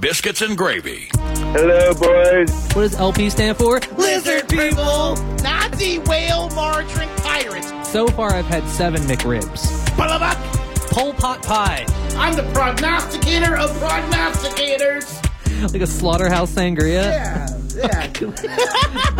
biscuits and gravy. Hello, boys. What does LP stand for? Lizard people! Nazi whale margarine pirates. So far, I've had seven McRibs. Bullabuck. Pole pot pie. I'm the prognosticator of prognosticators. Like a slaughterhouse sangria. Yeah, yeah.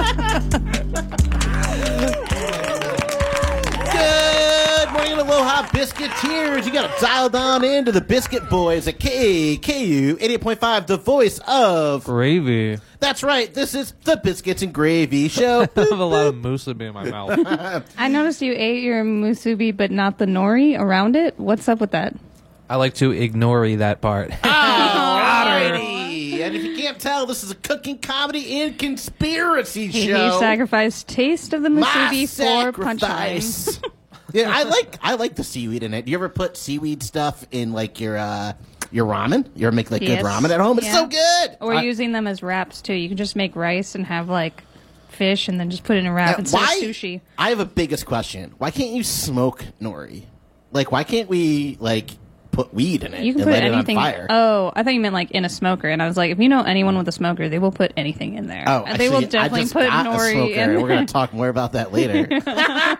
Good morning, Aloha Biscuiteers. You got to dial down into the Biscuit Boys at KKU 88.5, the voice of. Gravy. That's right, this is the Biscuits and Gravy Show. I have a lot of musubi in my mouth. I noticed you ate your musubi, but not the nori around it. What's up with that? I like to ignore that part. Alrighty. And if you can't tell, this is a cooking comedy and conspiracy He show. sacrificed taste of the My musubi for punchline. sacrifice. yeah, I like I like the seaweed in it. You ever put seaweed stuff in like your uh your ramen? You ever make like Yes. good ramen at home? It's Yeah. so good. Or using them as wraps too. You can just make rice and have like fish, and then just put it in a wrap Uh, instead of sushi. I have a biggest question. Why can't you smoke nori? Like, why can't we like put weed in it You can and put light anything. it on fire? Oh, I thought you meant like in a smoker, and I was like, if you know anyone with a smoker, they will put anything in there. Oh, And they will actually, I definitely just put got a nori smoker, in. and We're there. gonna talk more about that later.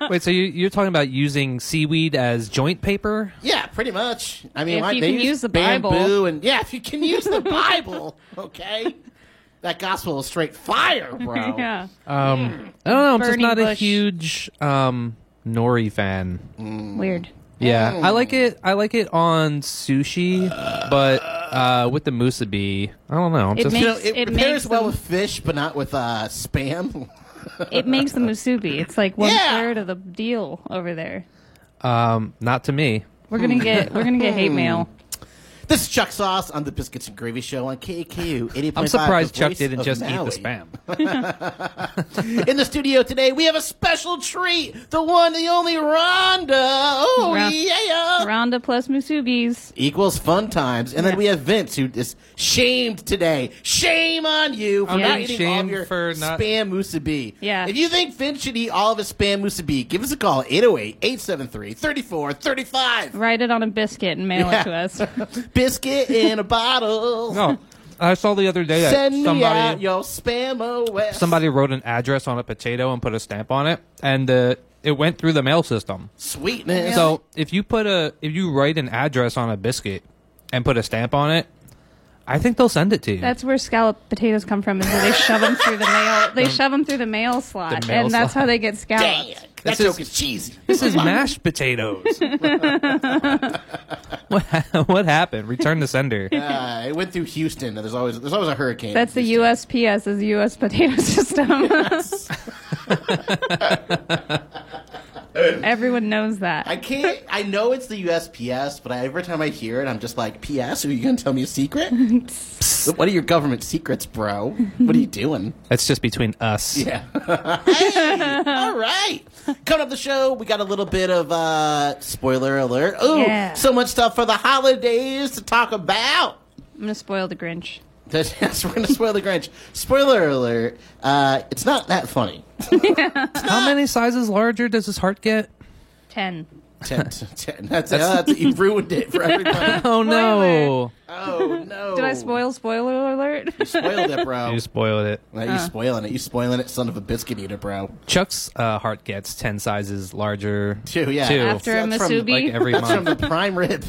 Wait, so you, you're talking about using seaweed as joint paper? yeah, pretty much. I mean, If why, you they can use the bamboo Bible. and yeah, if you can use the Bible, okay, that gospel is straight fire, bro. yeah. Um, I don't know. I'm just Burning not a bush. huge um, nori fan. Um, Weird. Yeah, Oh. I like it. I like it on sushi, but uh, with the musubi, I don't know. I'm It just makes- You know, it, It pairs makes well them- with fish, but not with uh, spam. It makes the musubi. It's like one Yeah. third of the deal over there. um, not to me. We're gonna get we're gonna get hate Hmm. mail. this is Chuck Sauce on the Biscuits and Gravy Show on KAKU 80.5. I'm surprised the Chuck voice didn't of just eat Maui. the spam. In the studio today, we have a special treat. The one, the only Rhonda. Oh, Ra- yeah. Rhonda plus musubis. Equals fun times. And then we have Vince, who is shamed today. Shame on you for I'm not being eating all of shamed your for not- spam musubi. Yeah. If you think Vince should eat all of his spam musubi, give us a call 808 873 3435. Write it on a biscuit and mail Yeah. it to us. biscuit in a bottle. No, I saw the other day that Send me out somebody your spam OS. somebody wrote an address on a potato and put a stamp on it, and uh, it went through the mail system. sweetness. So if you put a if you write an address on a biscuit and put a stamp on it, I think they'll send it to you. That's where scallop potatoes come from. Is where they shove them through the mail. They shove them through the mail slot, mail and that's slot. how they get damn, scallops. that This is- joke is cheesy. this is mashed potatoes. what what happened? Return the sender. Uh, it went through Houston. There's always there's always a hurricane. That's the USPS is the U.S. potato system. Everyone knows that. I can't. I know it's the USPS, but I, every time I hear it, I'm just like, "PS, are you gonna tell me a secret? Psst, what are your government secrets, bro? What are you doing?" That's just between us. Yeah. hey, all right. Coming up the show, we got a little bit of uh spoiler alert. Ooh, Yeah. so much stuff for the holidays to talk about. I'm gonna spoil the Grinch. That's, we're gonna spoil the Grinch. Spoiler alert. Uh, it's not that funny. How many sizes larger does his heart get? Ten. Ten, ten, that's, uh, that's- you ruined it for everybody. Oh no! Oh no! Did I spoil spoiler alert? Spoiled it, bro. You spoiled it. Now you spoiling it. You spoiling it, son of a biscuit eater, bro. Chuck's uh, heart gets ten sizes larger. Two, yeah. Two. After a That's from, musubi. Like every That's from month. the prime rib.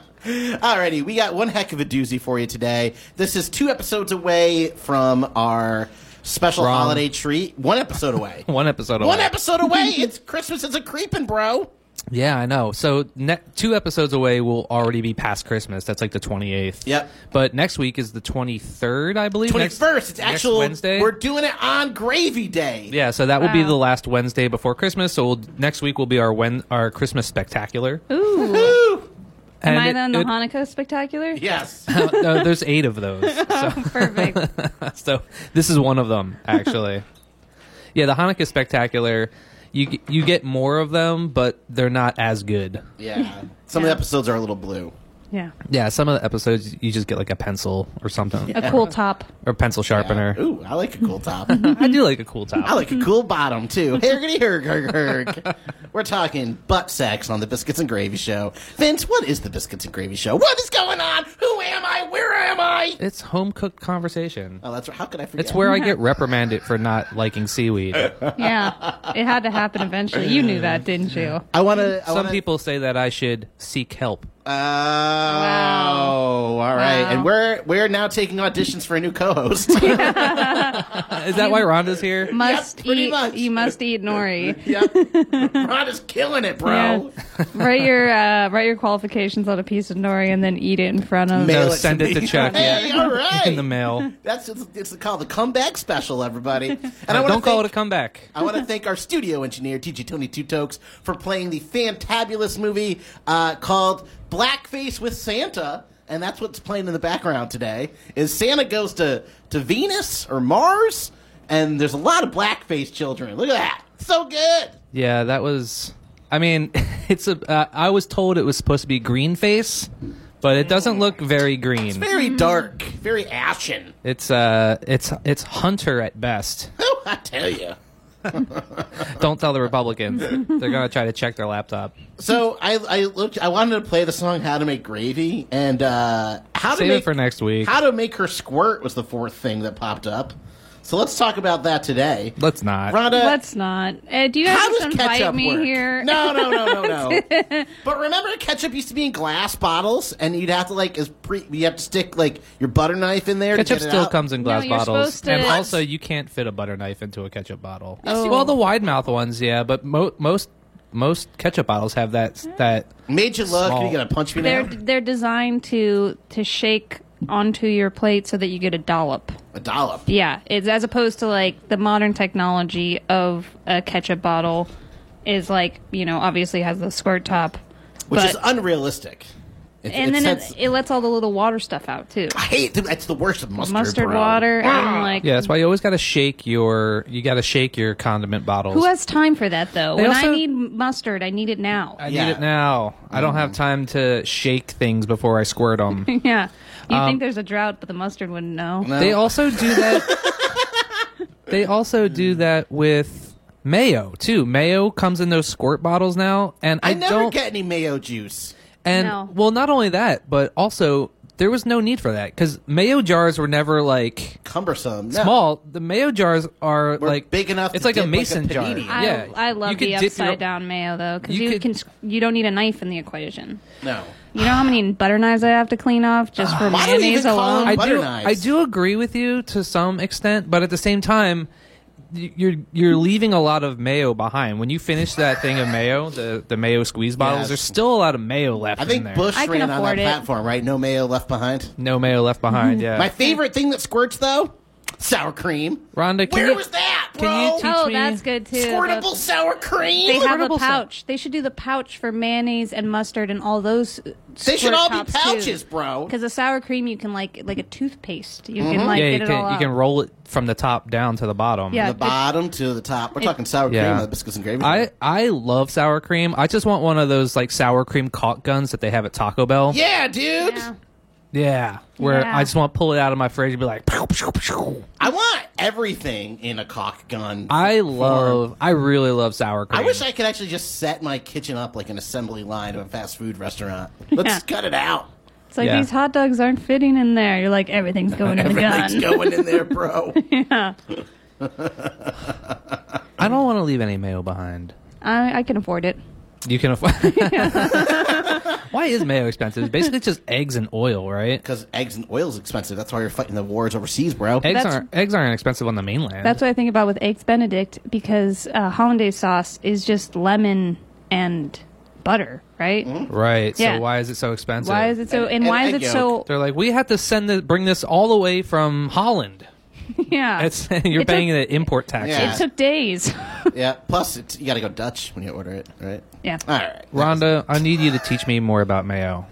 Alrighty, we got one heck of a doozy for you today. This is two episodes away from our special Wrong. holiday treat. One episode away. One episode. One away. episode away. It's Christmas is a creeping, bro. Yeah, I know. So ne- two episodes away will already be past Christmas. That's like the 28th. Yep. But next week is the 23rd, I believe. Twenty Next- first. It's next actual. Wednesday. We're doing it on Gravy Day. yeah, so that will be Wow. the last Wednesday before Christmas. So we'll, next week will be our when our Christmas spectacular. Ooh. Woo! And Am I it- then the it- uh, Hanukkah spectacular? Yes. no, there's eight of those. So, Perfect. so this is one of them, actually. yeah, the Hanukkah spectacular. You g- you get more of them, but they're not as good. Yeah. Some of the episodes are a little blue. Yeah. Yeah, some of the episodes you just get like a pencil or something, A cool top. or pencil sharpener. Ooh, I like a cool top. I do like a cool top. I like a cool bottom too. Hergity herg herg herg. We're talking butt sex on the Biscuits and Gravy Show. Vince, what is the Biscuits and Gravy Show? What is going on? Who right. It's home cooked conversation. Oh, that's right. How could I forget? It's where I get reprimanded for not liking seaweed. Yeah, it had to happen eventually. You knew that, didn't you? I want to. Some people say that I should seek help. Oh, all right. Wow. And we're we're now taking auditions for a new co-host. Is that why Rhonda's here? Must pretty eat. much. You must eat nori. yep. Rod is killing it, bro. write your uh, write your qualifications on a piece of nori and then eat it in front of. No, Mail it to send it to me. Chuck. Hey, all right. In the mail. That's it's, it's called the comeback special, everybody. And I Uh, Don't want call it to a comeback. I want to thank our studio engineer, TJ Tony Two Tokes, for playing the fantabulous movie uh, called Blackface with Santa. And that's what's playing in the background today. Is Santa goes to, to Venus or Mars, and there's a lot of blackface children. Look at that. So good. Yeah, that was. I mean, it's a. Uh, I was told it was supposed to be green face, but it doesn't look very green. Very dark. Very ashen. It's uh, it's it's Hunter at best. Oh, I tell you. Don't tell the Republicans; they're gonna try to check their laptop. So I, I looked. I wanted to play the song "How to Make Gravy" and uh, how to Save make it for next week. How to make her squirt was the fourth thing that popped up. So let's talk about that today. Let's not. Rhonda, Let's not. Uh, do you guys how just does invite ketchup me work? here? No, no, no, no, no. but remember, ketchup used to be in glass bottles, and you'd have to like is pre. You have to stick like your butter knife in there. Ketchup to get it still out. comes in glass you're bottles, supposed to- and What? also you can't fit a butter knife into a ketchup bottle. Yes, you Well, can. the wide mouth ones, yeah, but mo- most most ketchup bottles have that that. Made you look. Small. Are you gonna punch me They're now? they're designed to to shake onto your plate so that you get a dollop. A dollop. Yeah, it's as opposed to like the modern technology of a ketchup bottle is like you know obviously has the squirt top, which but, is unrealistic. It, and it then sets- it, it lets all the little water stuff out too, I hate dude, that's the worst of mustard. mustard bro. water and like Yeah, that's why you always got to shake your you got to shake your condiment bottles. who has time for that though? They When also- I need mustard, I need it now. I Yeah. Mm. need it now. I don't have time to shake things before I squirt them. yeah, you Um, think there's a drought, but the mustard wouldn't know. No. They also do that. they also do that with mayo too. Mayo comes in those squirt bottles now, and I, I never don't. get any mayo juice. and No. well, not only that, but also there was no need for that because mayo jars were never like Cumbersome. No. small. The mayo jars are Were like big enough It's to like dip a like a mason jar. panini. I, Yeah, I love You could the dip your- upside down mayo though because You you, could- can sc- you don't need a knife in the equation. No. You know how many butter knives I have to clean off just for Why do we mayonnaise even call alone? them I butter do, knives. I do agree with you to some extent, but at the same time, y- you're you're leaving a lot of mayo behind. When you finish that thing of mayo, the, the mayo squeeze bottles, Yes. there's still a lot of mayo left. I in think there. Bush I can ran on that afford it. platform, right? No mayo left behind. no mayo left behind. Yeah, My favorite thing that squirts though, sour cream. Rhonda, can Where you- was that, bro? can you teach Oh, me? that's good too. Squirtable The- sour cream. They have a Squirtable sa- pouch. They should do the pouch for mayonnaise and mustard and all those. They should all be pouches, bro. Because the sour cream, you can like like a toothpaste. You can Mm-hmm. like yeah, you get it all can you out. can roll it from the top down to the bottom. Yeah. The bottom to the top. We're talking sour Yeah. cream with biscuits and gravy. I, I love sour cream. I just want one of those like sour cream caulk guns that they have at Taco Bell. yeah, dude. Yeah. Yeah, where Yeah. I just want to pull it out of my fridge and be like, "Pow, pow, pow." I want everything in a cock gun. I love, I really love sour cream. I wish I could actually just set my kitchen up like an assembly line of a fast food restaurant. Let's Yeah. cut it out. It's like Yeah. these hot dogs aren't fitting in there. You're like everything's going in the Everything's gun. going in there, bro. I don't want to leave any mayo behind. I, I can afford it. You can afford. Why is mayo expensive? It's basically just eggs and oil, right? Because eggs and oil's expensive. That's why you're fighting the wars overseas, bro. Eggs That's- aren't eggs aren't expensive on the mainland. That's what I think about with eggs Benedict because uh, hollandaise sauce is just lemon and butter, right? right. Yeah. So why is it so expensive? Why is it so? And, Mm-hmm. And why is egg it so? They're like, we had to send the bring this all the way from Holland. Yeah, It's you're It took- paying the import taxes. Yeah. It took days. Yeah. Plus, it's, you got to go Dutch when you order it, right? yeah. All right. Rhonda, I need you to teach me more about mayo.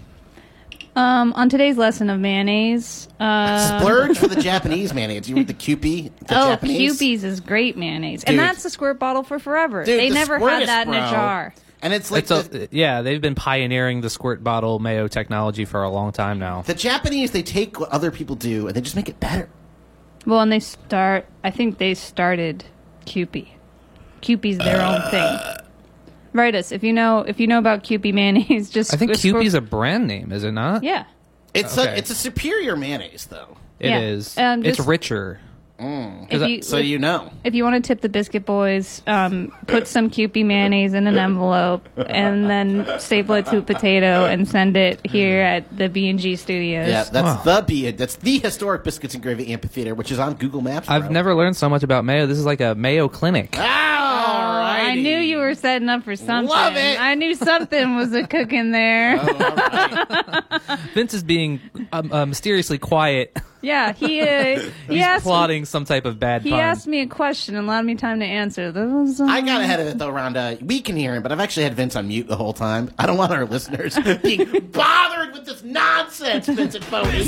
Um, on today's lesson of mayonnaise, uh, Splurge for the Japanese mayonnaise. You want the Kewpie? The oh, Japanese? Cupies is great mayonnaise, Dude. and that's the squirt bottle for forever. Dude, they the never had Squirtus, that in a bro. jar. And it's like it's a, the, yeah, they've been pioneering the squirt bottle mayo technology for a long time now. the Japanese, they take what other people do and they just make it better. Well, and they start. I think they started Cupie. Cupie's their own thing. Write us if you know if you know about Cupie mayonnaise. Just I think squirt- Kewpie's a brand name, is it not? yeah. It's a Okay. it's a superior mayonnaise though. It is. Yeah. Um, it's just- richer. If I- you, So you know. if you want to tip the biscuit boys, um, put some Kewpie mayonnaise in an envelope and then staple it to a potato and send it here at the B and G Studios. Yeah, Wow. that's the be that's the historic biscuits and gravy amphitheater, which is on Google Maps. I've bro. never learned so much about mayo. This is like a mayo clinic. Ah, Oh, I alrighty. knew you were setting up for something. Love it. I knew something was a cook in there. Vince is being um, uh, mysteriously quiet. Yeah, he uh, he He's asked plotting some type of bad he pun. asked me a question and allowed me time to answer. That was, uh, I got ahead of it though, Rhonda. We can hear him, but I've actually had Vince on mute the whole time. I don't want our listeners being bothered with this nonsense, Vincent Foley.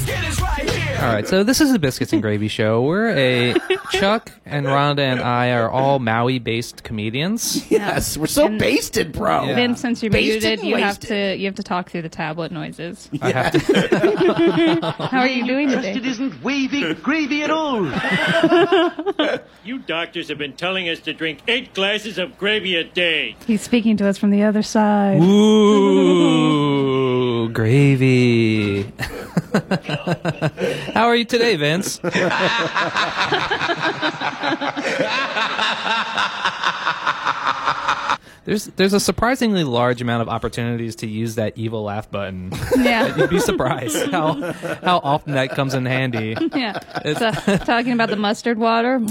All right, so this is the Biscuits and Gravy Show. We're a Chuck and Rhonda and I are all Maui-based comedians. Yes, we're so basted, bro. Yeah. Vince, since you're Basted muted, and you have wasted. to you have to talk through the tablet noises. I have to How are you doing today? It isn't wavy gravy at all. You doctors have been telling us to drink eight glasses of gravy a day. He's speaking to us from the other side. Ooh, gravy. How are you today, Vince? There's there's a surprisingly large amount of opportunities to use that evil laugh button. Yeah, You'd be surprised how how often that comes in handy. yeah. So, talking about the mustard water. Anytime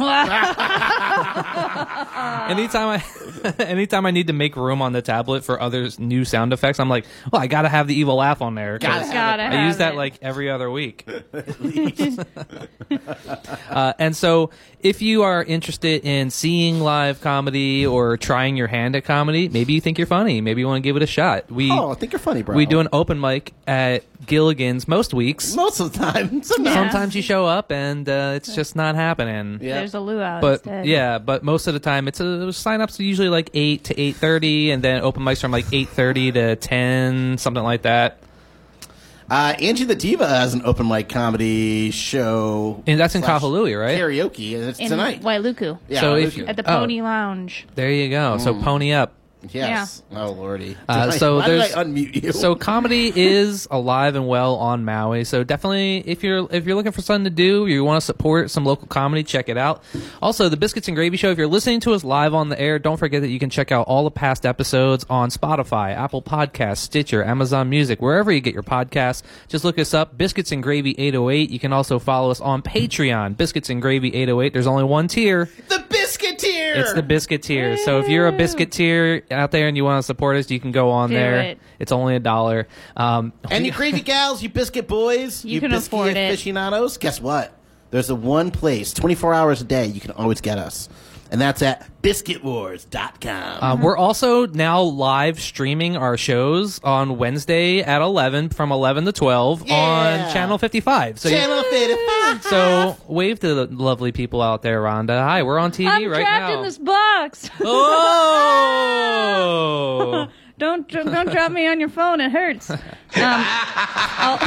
I anytime I need to make room on the tablet for other new sound effects, I'm like, well, I gotta have the evil laugh on there. 'cause- Gotta Gotta I have use that it. like every other week. uh, and so, if you are interested in seeing live comedy or trying your hand at comedy, maybe you think you're funny, maybe you want to give it a shot. We Oh, I think you're funny, bro. we do an open mic at Gilligan's most weeks. most of the time. Sometimes. Sometimes you show up and uh, it's just not happening. Yeah. There's a luau. But instead. yeah, but most of the time it's a sign ups usually like eight to eight thirty, and then open mics from like eight thirty to ten, something like that. Uh, Angie the Diva has an open mic comedy show. And that's in slash Kahului, right? Karaoke, and it's in tonight. Wailuku Yeah, So if Luku. at the Oh. Pony Lounge. There you go. So Mm. pony up. yes. Oh lordy. Uh, so Why there's- did I unmute you? So comedy is alive and well on Maui. So definitely, if you're if you're looking for something to do, you want to support some local comedy, check it out. Also, the Biscuits and Gravy Show. If you're listening to us live on the air, don't forget that you can check out all the past episodes on Spotify, Apple Podcasts, Stitcher, Amazon Music, wherever you get your podcasts. Just look us up, Biscuits and Gravy 808. You can also follow us on Patreon, Biscuits and Gravy 808. There's only one tier. the Biscuiteer. It's the biscuiteer. So if you're a biscuiteer out there and you want to support us, you can go on Do there. it. It's only a dollar. Um, and you gravy gals, you biscuit boys, You can biscuit afford it. aficionados. Guess what? There's the one place, 24 hours a day, you can always get us, and that's at biscuitwars.com. um, we're Uh-huh. also now live streaming our shows on Wednesday at 11 from 11 to 12 Yeah. on Channel 55. So you- Channel 55. so wave to the lovely people out there, Rhonda. Hi, we're on TV I'm right trapped now. in this box. oh. don't dr- don't drop me on your phone. It hurts. Um, I'll-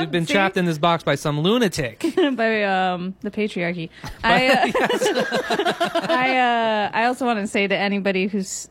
You've been See? trapped in this box by some lunatic. by um, the patriarchy. I uh, I uh, I also want to say to anybody who's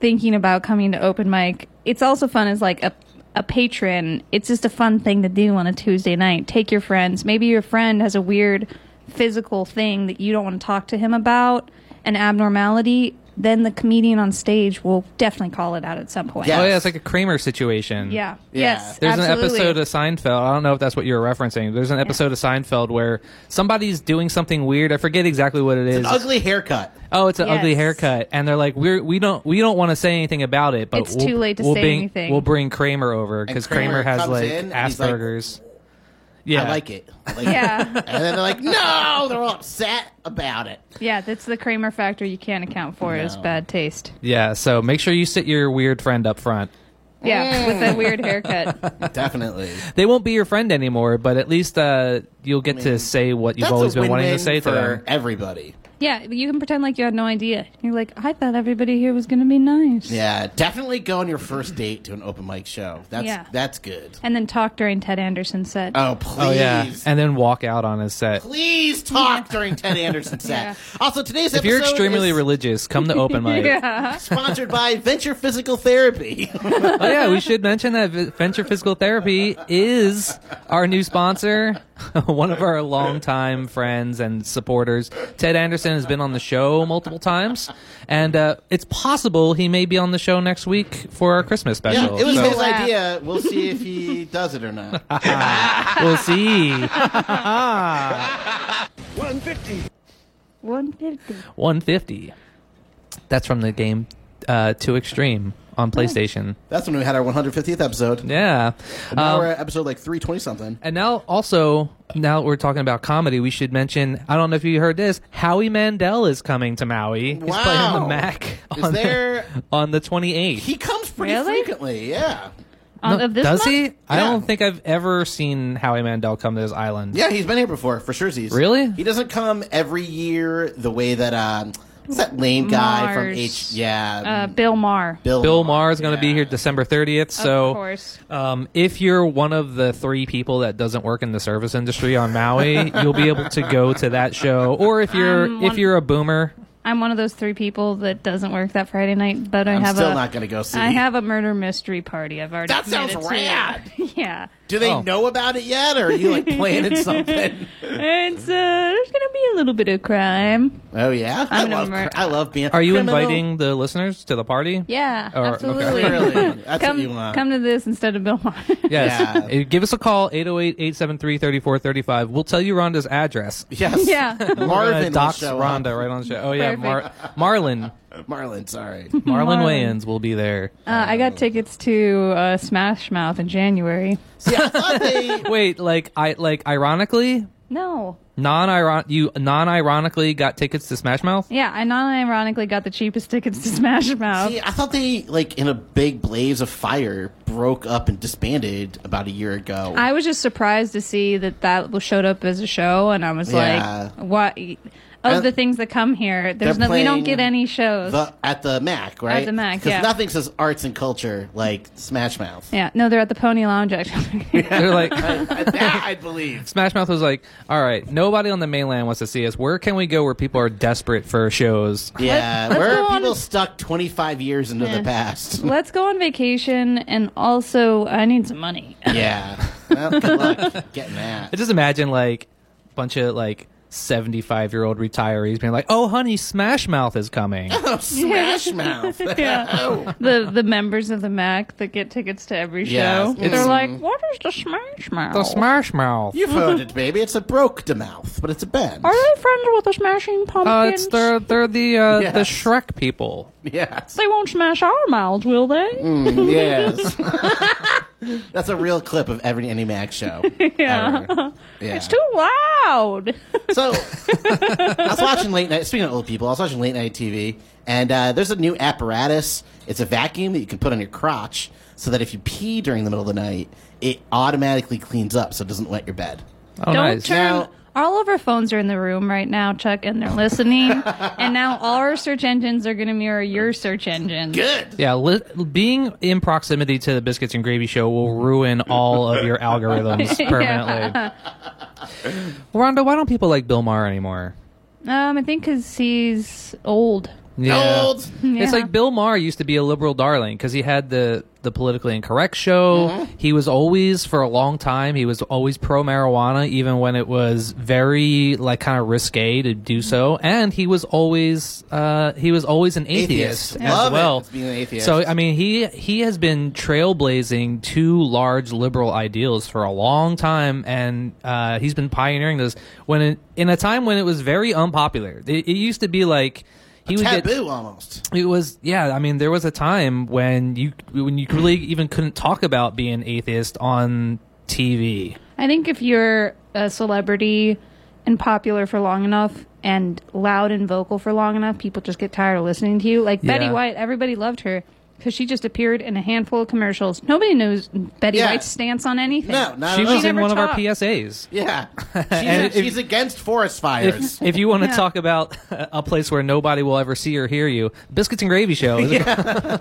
thinking about coming to open mic, it's also fun as like a a patron. It's just a fun thing to do on a Tuesday night. Take your friends. Maybe your friend has a weird physical thing that you don't want to talk to him about, an abnormality. Then the comedian on stage will definitely call it out at some point. Yeah. Oh yeah, it's like a Kramer situation. Yeah. Yeah. Yes. There's absolutely. an episode of Seinfeld. I don't know if that's what you're referencing. There's an episode of Seinfeld where somebody's doing something weird. I forget exactly what it is. Ugly haircut. oh, it's an ugly Yes. haircut, and they're like, "We're we don't we don't want to say anything about it, but It's we'll, too late to we'll say bring, anything." We'll bring Kramer over because Kramer, Kramer has comes like in and he's like, Asperger's. yeah, I like it. I like It. Yeah. And then they're like, no, they're all upset about it. yeah, that's the Kramer factor you can't account for is No. bad taste. Yeah, so make sure you sit your weird friend up front. Yeah, with that weird haircut. Definitely. They won't be your friend anymore, but at least uh, you'll get to say what you've That's always a been wanting to win-win say to for them. everybody. Yeah, you can pretend like you had no idea. You're like, I thought everybody here was going to be nice. Yeah, definitely go on your first date to an open mic show. That's Yeah. that's good. And then talk during Ted Anderson's set. Oh please. Oh yeah, and then walk out on his set. Please talk during Ted Anderson's set. Yeah. Also, today's If you're episode extremely is religious, come to open mic. yeah. sponsored by Venture Physical Therapy. Oh yeah, we should mention that V- Venture Physical Therapy is our new sponsor, one of our longtime friends and supporters. Ted Anderson has been on the show multiple times, and uh, it's possible he may be on the show next week for our Christmas yeah, special. it was So his Wow. idea. We'll see if he does it or not. we'll see. 150. 150. That's from the game uh, Too Extreme on PlayStation. That's when we had our 150th episode. Yeah. Now Um, we're at episode like 320 something. And now, also, now that we're talking about comedy, we should mention. I don't know if you heard this. Howie Mandel is coming to Maui. He's Wow. playing the Mac Is on there- the on the twenty eighth. He comes pretty Really? frequently. Yeah, On- of this Does month? he? I Yeah. don't think I've ever seen Howie Mandel come to this island. yeah. He's been here before for sure. He's Really? He doesn't come every year the way that um, what's that lame guy from Mars. H? Yeah, Uh, Bill Mahr. Bill. Bill Maher is going to be Yeah. here December thirtieth. So, of course. Um, if you're one of the three people that doesn't work in the service industry on Maui, you'll be able to go to that show. Or if you're I'm if one- you're a boomer, I'm one of those three people that doesn't work that Friday night, but I I'm have still a not gonna go see. I have a murder mystery party. I've already That sounds committed to. rad. yeah, Do they Oh. know about it yet, or are you like planning something? and so there's gonna be a little bit of crime. Oh yeah, i gonna love. mur- I love being. are you criminal. inviting the listeners to the party? Yeah, Or- absolutely. Clearly, that's come, what you want. come to this instead of Bill Maher. Yes. Yeah. Uh, Give us a call, 808-873-3435. We'll tell you Rhonda's address. yes. Yeah. We're gonna Marvin will dox show Rhonda right on the show. Oh, yeah. Mar- Marlon. up. Marlon, sorry. Marlon Marlon. Wayans will be there. Uh, I got tickets to uh, Smash Mouth in January. See, I thought they. Wait, like, I like ironically... No, Non-iron, you non-ironically got tickets to Smash Mouth. yeah, I non-ironically got the cheapest tickets to Smash Mouth. See, I thought they like in a big blaze of fire broke up and disbanded about a year ago. I was just surprised to see that that showed up as a show, and I was Yeah. like, "What Uh, of the things that come here? There's they're no, we playing don't get any shows." the, at the Mac, right? the Mac, yeah. nothing says arts and culture like Smash Mouth. yeah, no, they're at the Pony Lounge. Actually, They're like, that I believe. Smash Mouth was like, "All right, nobody on the mainland wants to see us. Where can we go where people are desperate for shows?" Yeah, let's where go are on people and- stuck 25 years into the past? let's go on vacation, and also I need some money. yeah. Well, good luck getting that. I just imagine like a bunch of like seventy-five-year-old retirees being like, "Oh, honey, Smash Mouth is coming." Oh, Smash Mouth. Yeah. the the members of the Mac that get tickets to every Yes. show, they're like, "What is the Smash Mouth? the Smash Mouth. You've heard it, baby. It's a broke to mouth, but it's a band. Are they friends with the Smashing Uh, Pumpkins? it's they're they're the uh, Yes. the Shrek people. Yes. they won't smash our mouths, will they?" Mm, yes. That's a real clip of every any Mac show. Yeah. ever. Yeah. It's too loud. Oh, So I was watching late night. Speaking of old people, I was watching late night TV, and uh, there's a new apparatus. It's a vacuum that you can put on your crotch, so that if you pee during the middle of the night, it automatically cleans up, so it doesn't wet your bed. Oh, Don't nice. turn. Now- all of our phones are in the room right now, Chuck, and they're listening. and now all our search engines are going to mirror your search engines. Good. yeah, li- being in proximity to the Biscuits and Gravy Show will ruin all of your algorithms permanently. Rhonda, why don't people like Bill Maher anymore? Um, I think because he's old. Yeah. Old. It's Yeah. like Bill Maher used to be a liberal darling because he had the the politically incorrect show. Mm-hmm. He was always for a long time. He was always pro marijuana, even when it was very like kind of risque to do Mm-hmm. so. And he was always uh, he was always an atheist, Atheist. as Love it, well. being an atheist. So I mean, he he has been trailblazing two large liberal ideals for a long time, and uh, he's been pioneering this when it, in a time when it was very unpopular. It, it used to be like. He would get, Taboo almost. it was yeah. I mean, there was a time when you when you really even couldn't talk about being atheist on TV. I think if you're a celebrity and popular for long enough and loud and vocal for long enough, people just get tired of listening to you. Like Betty Yeah. White, everybody loved her. because she just appeared in a handful of commercials. Nobody knows Betty Yeah. White's stance on anything. No, not She at was all. in Oh, never one of our talked. PSAs. Yeah, she's, And if- she's against forest fires. If, if you want to Yeah. talk about a place where nobody will ever see or hear you, Biscuits and Gravy Show. is- yeah.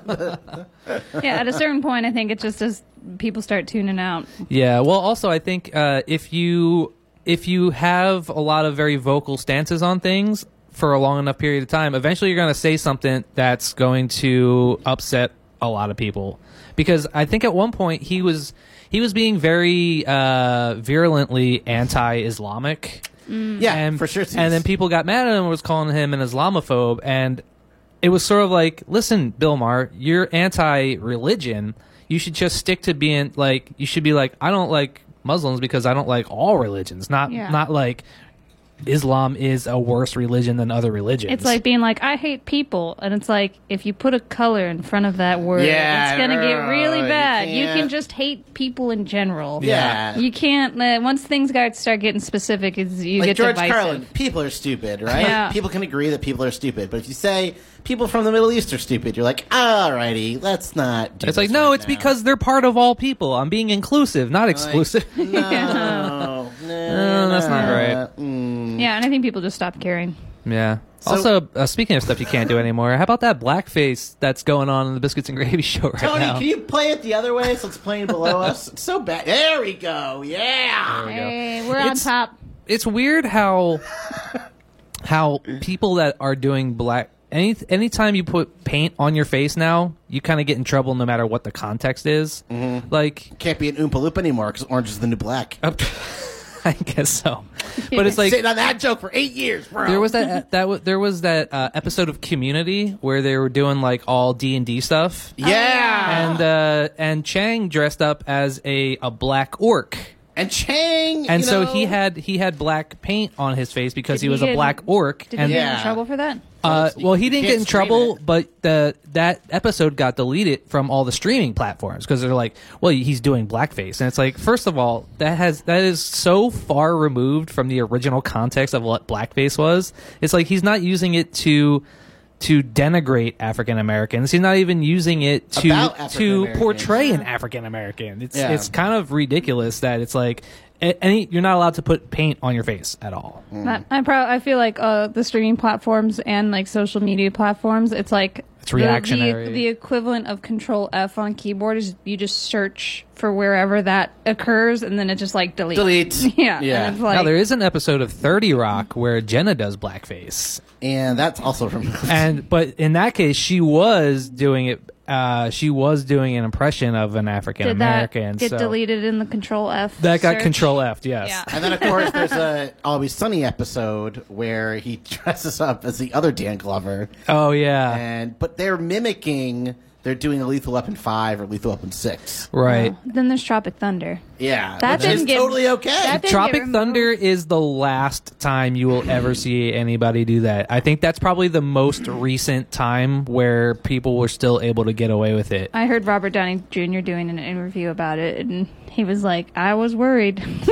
yeah, at a certain point, I think it just as people start tuning out. Well, also I think uh, if you if you have a lot of very vocal stances on things for a long enough period of time, eventually you're going to say something that's going to upset a lot of people. Because I think at one point he was he was being very uh, virulently anti-Islamic. yeah, and, for sure. it Um, And then seems- people got mad at him and was calling him an Islamophobe. And it was sort of like, listen, Bill Maher, you're anti religion. You should just stick to being like, you should be like, I don't like Muslims because I don't like all religions. Not, Yeah. not like Islam is a worse religion than other religions. It's like being like, I hate people. And it's like, if you put a color in front of that word, Yeah, it's going to get really no, you bad. You, can't. can just hate people in general. Yeah. You can't, uh, once things got, start getting specific, it's, you like get George divisive. Carlin, people are stupid, right? Yeah. People can agree that people are stupid, but if you say people from the Middle East are stupid, you're like, alrighty, let's not. Do It's like, this no, right it's now." because they're part of all people. I'm being inclusive, not exclusive. No, no, No, that's not right. Yeah, and I think people just stop caring. Yeah. also, uh, speaking of stuff you can't do anymore, how about that blackface that's going on in the Biscuits and Gravy show right Tony, now? can you play it the other way so it's playing below us? It's so bad. There we go. Yeah. we go. Hey, we're It's- on top. it's weird how how people that are doing black any anytime you put paint on your face now you kind of get in trouble no matter what the context is like Can't be an Oompa Loop anymore because orange is the new black. up- i guess so but it's like Sitting on that joke for eight years, bro. there was that e, that wa- there was that uh, episode of community where they were doing like all d&d stuff yeah. and uh and chang dressed up as a a black orc And Chang. and you so know- he had he had black paint on his face because Did he was he a get- black orc Did and you get Yeah. in trouble for that? Uh, well, he You didn't can't get in stream trouble, it. but the that episode got deleted from all the streaming platforms because they're like, well, he's doing blackface, and it's like, first of all, that has that is so far removed from the original context of what blackface was. It's like he's not using it to to denigrate African Americans. He's not even using it About to African to Americans. portray an African American. It's Yeah. it's kind of ridiculous that it's like. a- Any, you're not allowed to put paint on your face at all. I, I, pro- I feel like uh, the streaming platforms and like social media platforms, it's like It's the- reactionary. The, the equivalent of Control F on keyboard is you just search for wherever that occurs, and then it just like deletes. Delete. Yeah. Yeah. And, it's like, now there is an episode of Thirty Rock where Jenna does blackface, And that's also from. and but in that case she was doing it. Uh, she was doing an impression of an African did that American. get so deleted in the Control F? That got search? control F. Yes. Yeah. And then, of course, there's a Always Sunny episode where he dresses up as the other Dan Glover, Oh yeah. and but they're mimicking. They're doing a Lethal Weapon five or Lethal Weapon six. right. Then there's Tropic Thunder. Yeah, That which is didn't get- totally okay. that didn't- Tropic get Thunder is the last time you will ever see anybody do that. I think that's probably the most recent time where people were still able to get away with it. I heard Robert Downey Jr. doing an interview about it, and he was like, "I was worried," and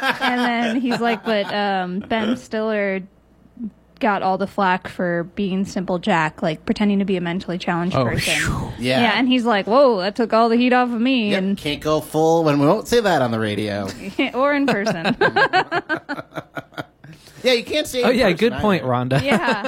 then he's like, "But um, Ben Stiller got all the flack for being Simple Jack, like pretending to be a mentally challenged Oh, person." phew. yeah, Yeah, and he's like, "Whoa, that took all the heat off of me," Yep, and can't go full when we won't say that on the radio. or in person. yeah, you can't say. it Oh in yeah, person good point, either. Rhonda. yeah,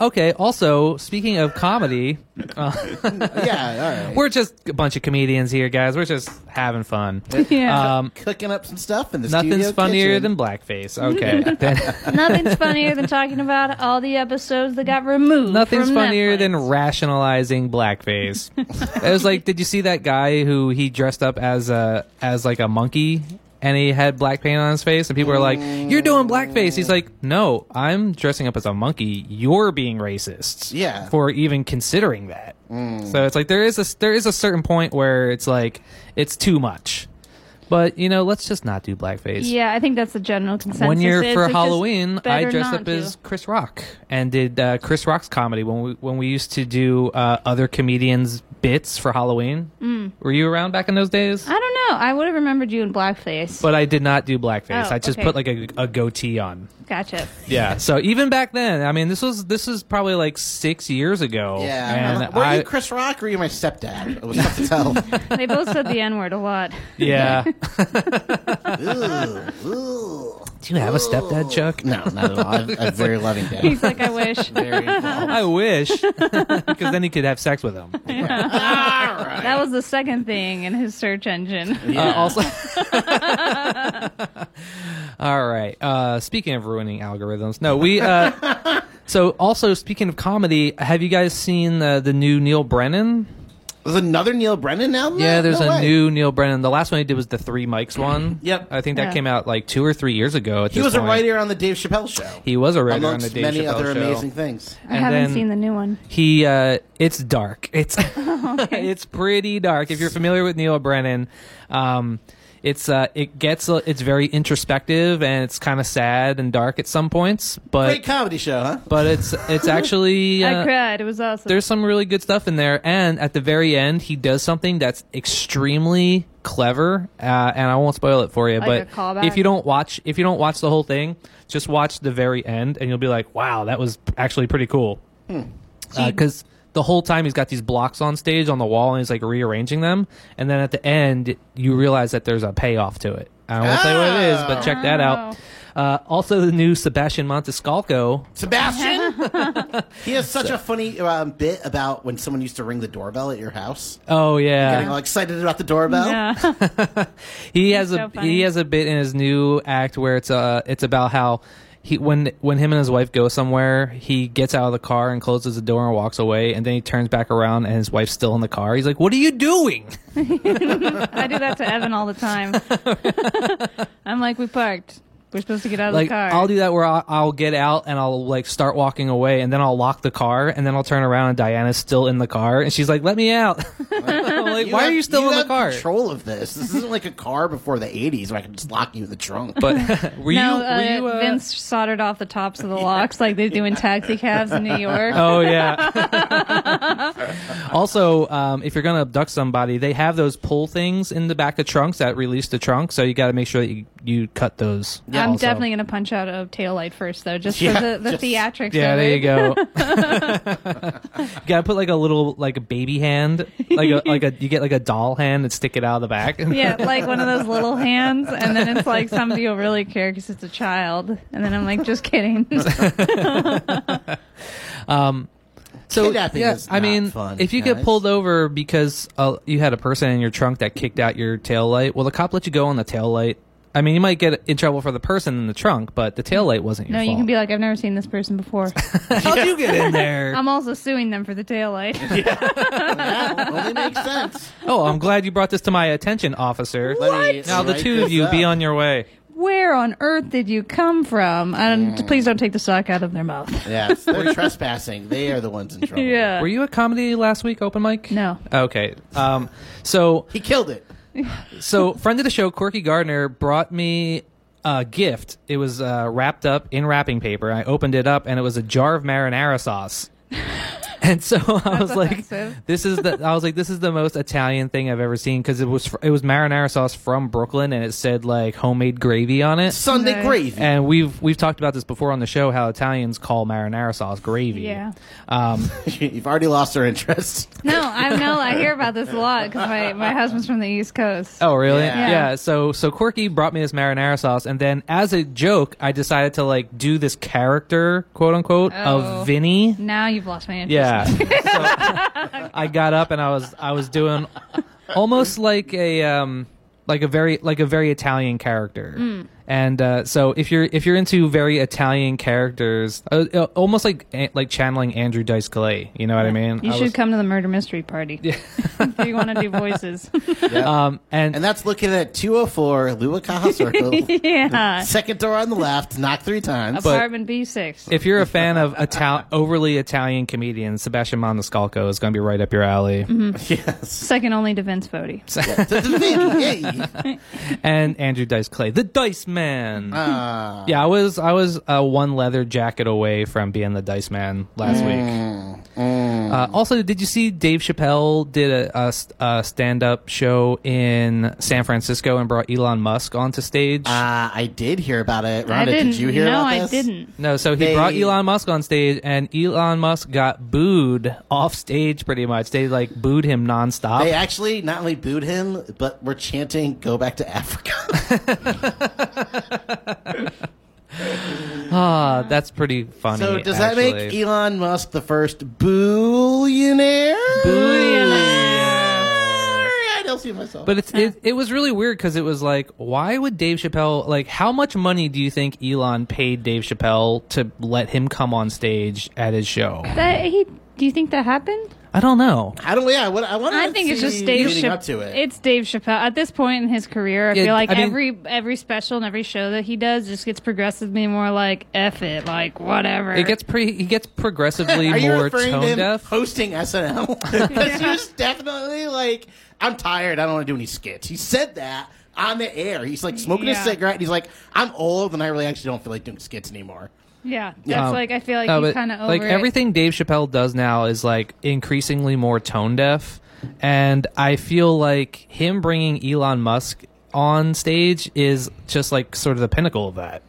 Okay. Also, speaking of comedy, Yeah, all right. We're just a bunch of comedians here, guys. We're just having fun. yeah. Um, cooking up some stuff in the nothing's studio funnier kitchen. than blackface. Okay. Then- Nothing's funnier than talking about all the episodes that got removed. nothing's from funnier than Netflix. rationalizing blackface. it was like, did you see that guy who he dressed up as a as like a monkey? And he had black paint on his face, and people were like, "You're doing blackface." He's like, "No, I'm dressing up as a monkey. You're being racist, Yeah. Mm. for even considering that." So it's like there is a there is a certain point where it's like it's too much, but you know, let's just not do blackface. Yeah, I think that's the general consensus. One year is for it's just Halloween, I better dressed not up to. as Chris Rock and did uh, Chris Rock's comedy when we when we used to do uh, other comedians' bits for Halloween. Were you around back in those days? Mm. I don't know. I would have remembered you in blackface. but I did not do blackface. Oh, I just okay. put like a, a goatee on. Gotcha. Yeah. So even back then, I mean, this was this is probably like six years ago. Yeah. And were I, you Chris Rock or were you my stepdad? It was tough to tell. They both said the N word a lot. yeah. Ooh, ooh. Do you have a stepdad, Chuck? No, not at all. I have a very loving dad. He's like, I wish. Very involved. I wish, because then he could have sex with him. That was the second thing in his search engine. Uh, also, all right. Uh, speaking of ruining algorithms, no, we. Uh, so also speaking of comedy, have you guys seen uh, the new Neil Brennan? There's another Neil Brennan album. Yeah, there's No a way. new Neil Brennan. The last one he did was the Three Mics one. Yep. I think that Yeah. came out like two or three years ago. At He this was a point. writer on the Dave Chappelle show. He was a writer on amongst the Dave many Chappelle other show. amazing things. I And haven't then- seen the new one. He, uh, it's dark. It's it's pretty dark. If you're familiar with Neil Brennan, um, it's uh, it gets uh, it's very introspective and it's kind of sad and dark at some points. But Great comedy show, huh? but it's it's actually I uh, cried. It was awesome. there's some really good stuff in there. And at the very end, he does something that's extremely clever. Uh, and I won't spoil it for you, Like a but callback? if you don't watch if you don't watch the whole thing, just watch the very end, and you'll be like, wow, that was actually pretty cool because the whole time he's got these blocks on stage on the wall and he's like rearranging them and then at the end you realize that there's a payoff to it i won't say what it is but check that Ah. out uh, also the new sebastian montescalco Sebastian. he has such a funny um, bit about when someone used to ring the doorbell at your house. oh Getting yeah all excited about the doorbell. yeah. he has a so funny. he has a bit in his new act where it's uh it's about how he when when him and his wife go somewhere he gets out of the car and closes the door and walks away and then he turns back around and his wife's still in the car he's like what are you doing I do that to Evan all the time. I'm like, we parked. We're supposed to get out of like the car. I'll do that where I'll, I'll get out and I'll like start walking away and then I'll lock the car and then I'll turn around and Diana's still in the car and she's like, "Let me out!" I'm like, why have- are you still in the have car? Control of this. This isn't like a car before the '80s where I can just lock you in the trunk. But were no, you? uh, Were you uh, Vince soldered off the tops of the locks like they do in taxi cabs in New York. Oh yeah. also, um, if you're gonna abduct somebody, they have those pull things in the back of trunks that release the trunk, so you got to make sure that you, you cut those. I'm also. definitely going to punch out a taillight first, though, just Yeah, for the, the just- theatrics. Yeah, of there it. you go. you gotta put like a little like a baby hand, like a like a you get like a doll hand and stick it out of the back. Yeah, like one of those little hands, and then it's like somebody will really care because it's a child, and then I'm like, just kidding. So Kidnapping yeah, is I not mean, fun, if you get guys. pulled over because uh, you had a person in your trunk that kicked out your tail light, well, the cop let you go on the tail light. I mean, you might get in trouble for the person in the trunk, but the tail light wasn't your no, fault. you can be like, I've never seen this person before. how'd you get in there? I'm also suing them for the taillight. That only makes sense. oh, I'm glad you brought this to my attention, officer. Let me Now the write two of this you up. be on your way. Where on earth did you come from? And please don't take the sock out of their mouth. Yes, they're trespassing. They are the ones in trouble. yeah. Were you at comedy last week, open mic? No. Okay. Um, so He killed it. so friend of the show corky gardner brought me a gift it was uh, wrapped up in wrapping paper i opened it up and it was a jar of marinara sauce and so i was like offensive. this is the i was like this is the most italian thing i've ever seen because it was fr- it was marinara sauce from brooklyn and it said like homemade gravy on it Sunday Nice. gravy. and we've we've talked about this before on the show how Italians call marinara sauce gravy. Yeah. Um, You've already lost our interest. No, I know. I hear about this a lot because my, my husband's from the East Coast. Oh, really? Yeah. Yeah. So, so Quirky brought me this marinara sauce, and then as a joke, I decided to like do this character, quote unquote, Oh. of Vinny. Now you've lost my interest. Yeah. So, I got up and I was I was doing almost like a um like a very like a very Italian character. Hmm. And uh, so if you're if you're into very Italian characters, uh, uh, almost like eh, like channeling Andrew Dice Clay, you know what I mean? You I should was- come to the murder mystery party if you want to do voices. um, and And that's looking at 204 Lua Caja Circle. yeah. Second door on the left. Knock three times. Apartment B6. if you're a fan of Ital- overly Italian comedians, Sebastian Maniscalco is going to be right up your alley, yes. Second only to Vince Bodie. To the Uh, Vinny. Yay. and Andrew Dice Clay, the Dice Man. Ah. Mm. yeah, I was I was uh, one leather jacket away from being the Dice Man last week. Uh, also, did you see Dave Chappelle did a, a s- a stand-up show in San Francisco and brought Elon Musk onto stage? Uh, I did hear about it. I Rhonda, didn't. did you hear no, about I this? didn't. No, so he They- brought Elon Musk on stage, and Elon Musk got booed off stage pretty much. They like booed him nonstop. They actually not only booed him, but were chanting "Go back to Africa." Ah, that's pretty funny. so does that make actually. Elon Musk the first billionaire? I don't see myself. But it's, it it was really weird because it was like, why would Dave Chappelle like? How much money do you think Elon paid Dave Chappelle to let him come on stage at his show? That he. Do you think that happened? I don't know. I don't. Yeah, what, I want. I think it's just Dave leading Chappelle. up to it. It's Dave Chappelle. At this point in his career, I Yeah, feel like I mean- every every special and every show that he does just gets progressively more like f it, like whatever. It gets pre he gets progressively Are you more referring tone to him deaf. hosting SNL? Because he was definitely like, I'm tired. I don't want to do any skits. He said that on the air. He's like smoking Yeah. a cigarette and he's like, I'm old and I really actually don't feel like doing skits anymore. yeah. That's Um, like I feel like No, but, he's kind of over like it. everything Dave Chappelle does now is like increasingly more tone deaf, and I feel like him bringing Elon Musk on stage is just like sort of the pinnacle of that.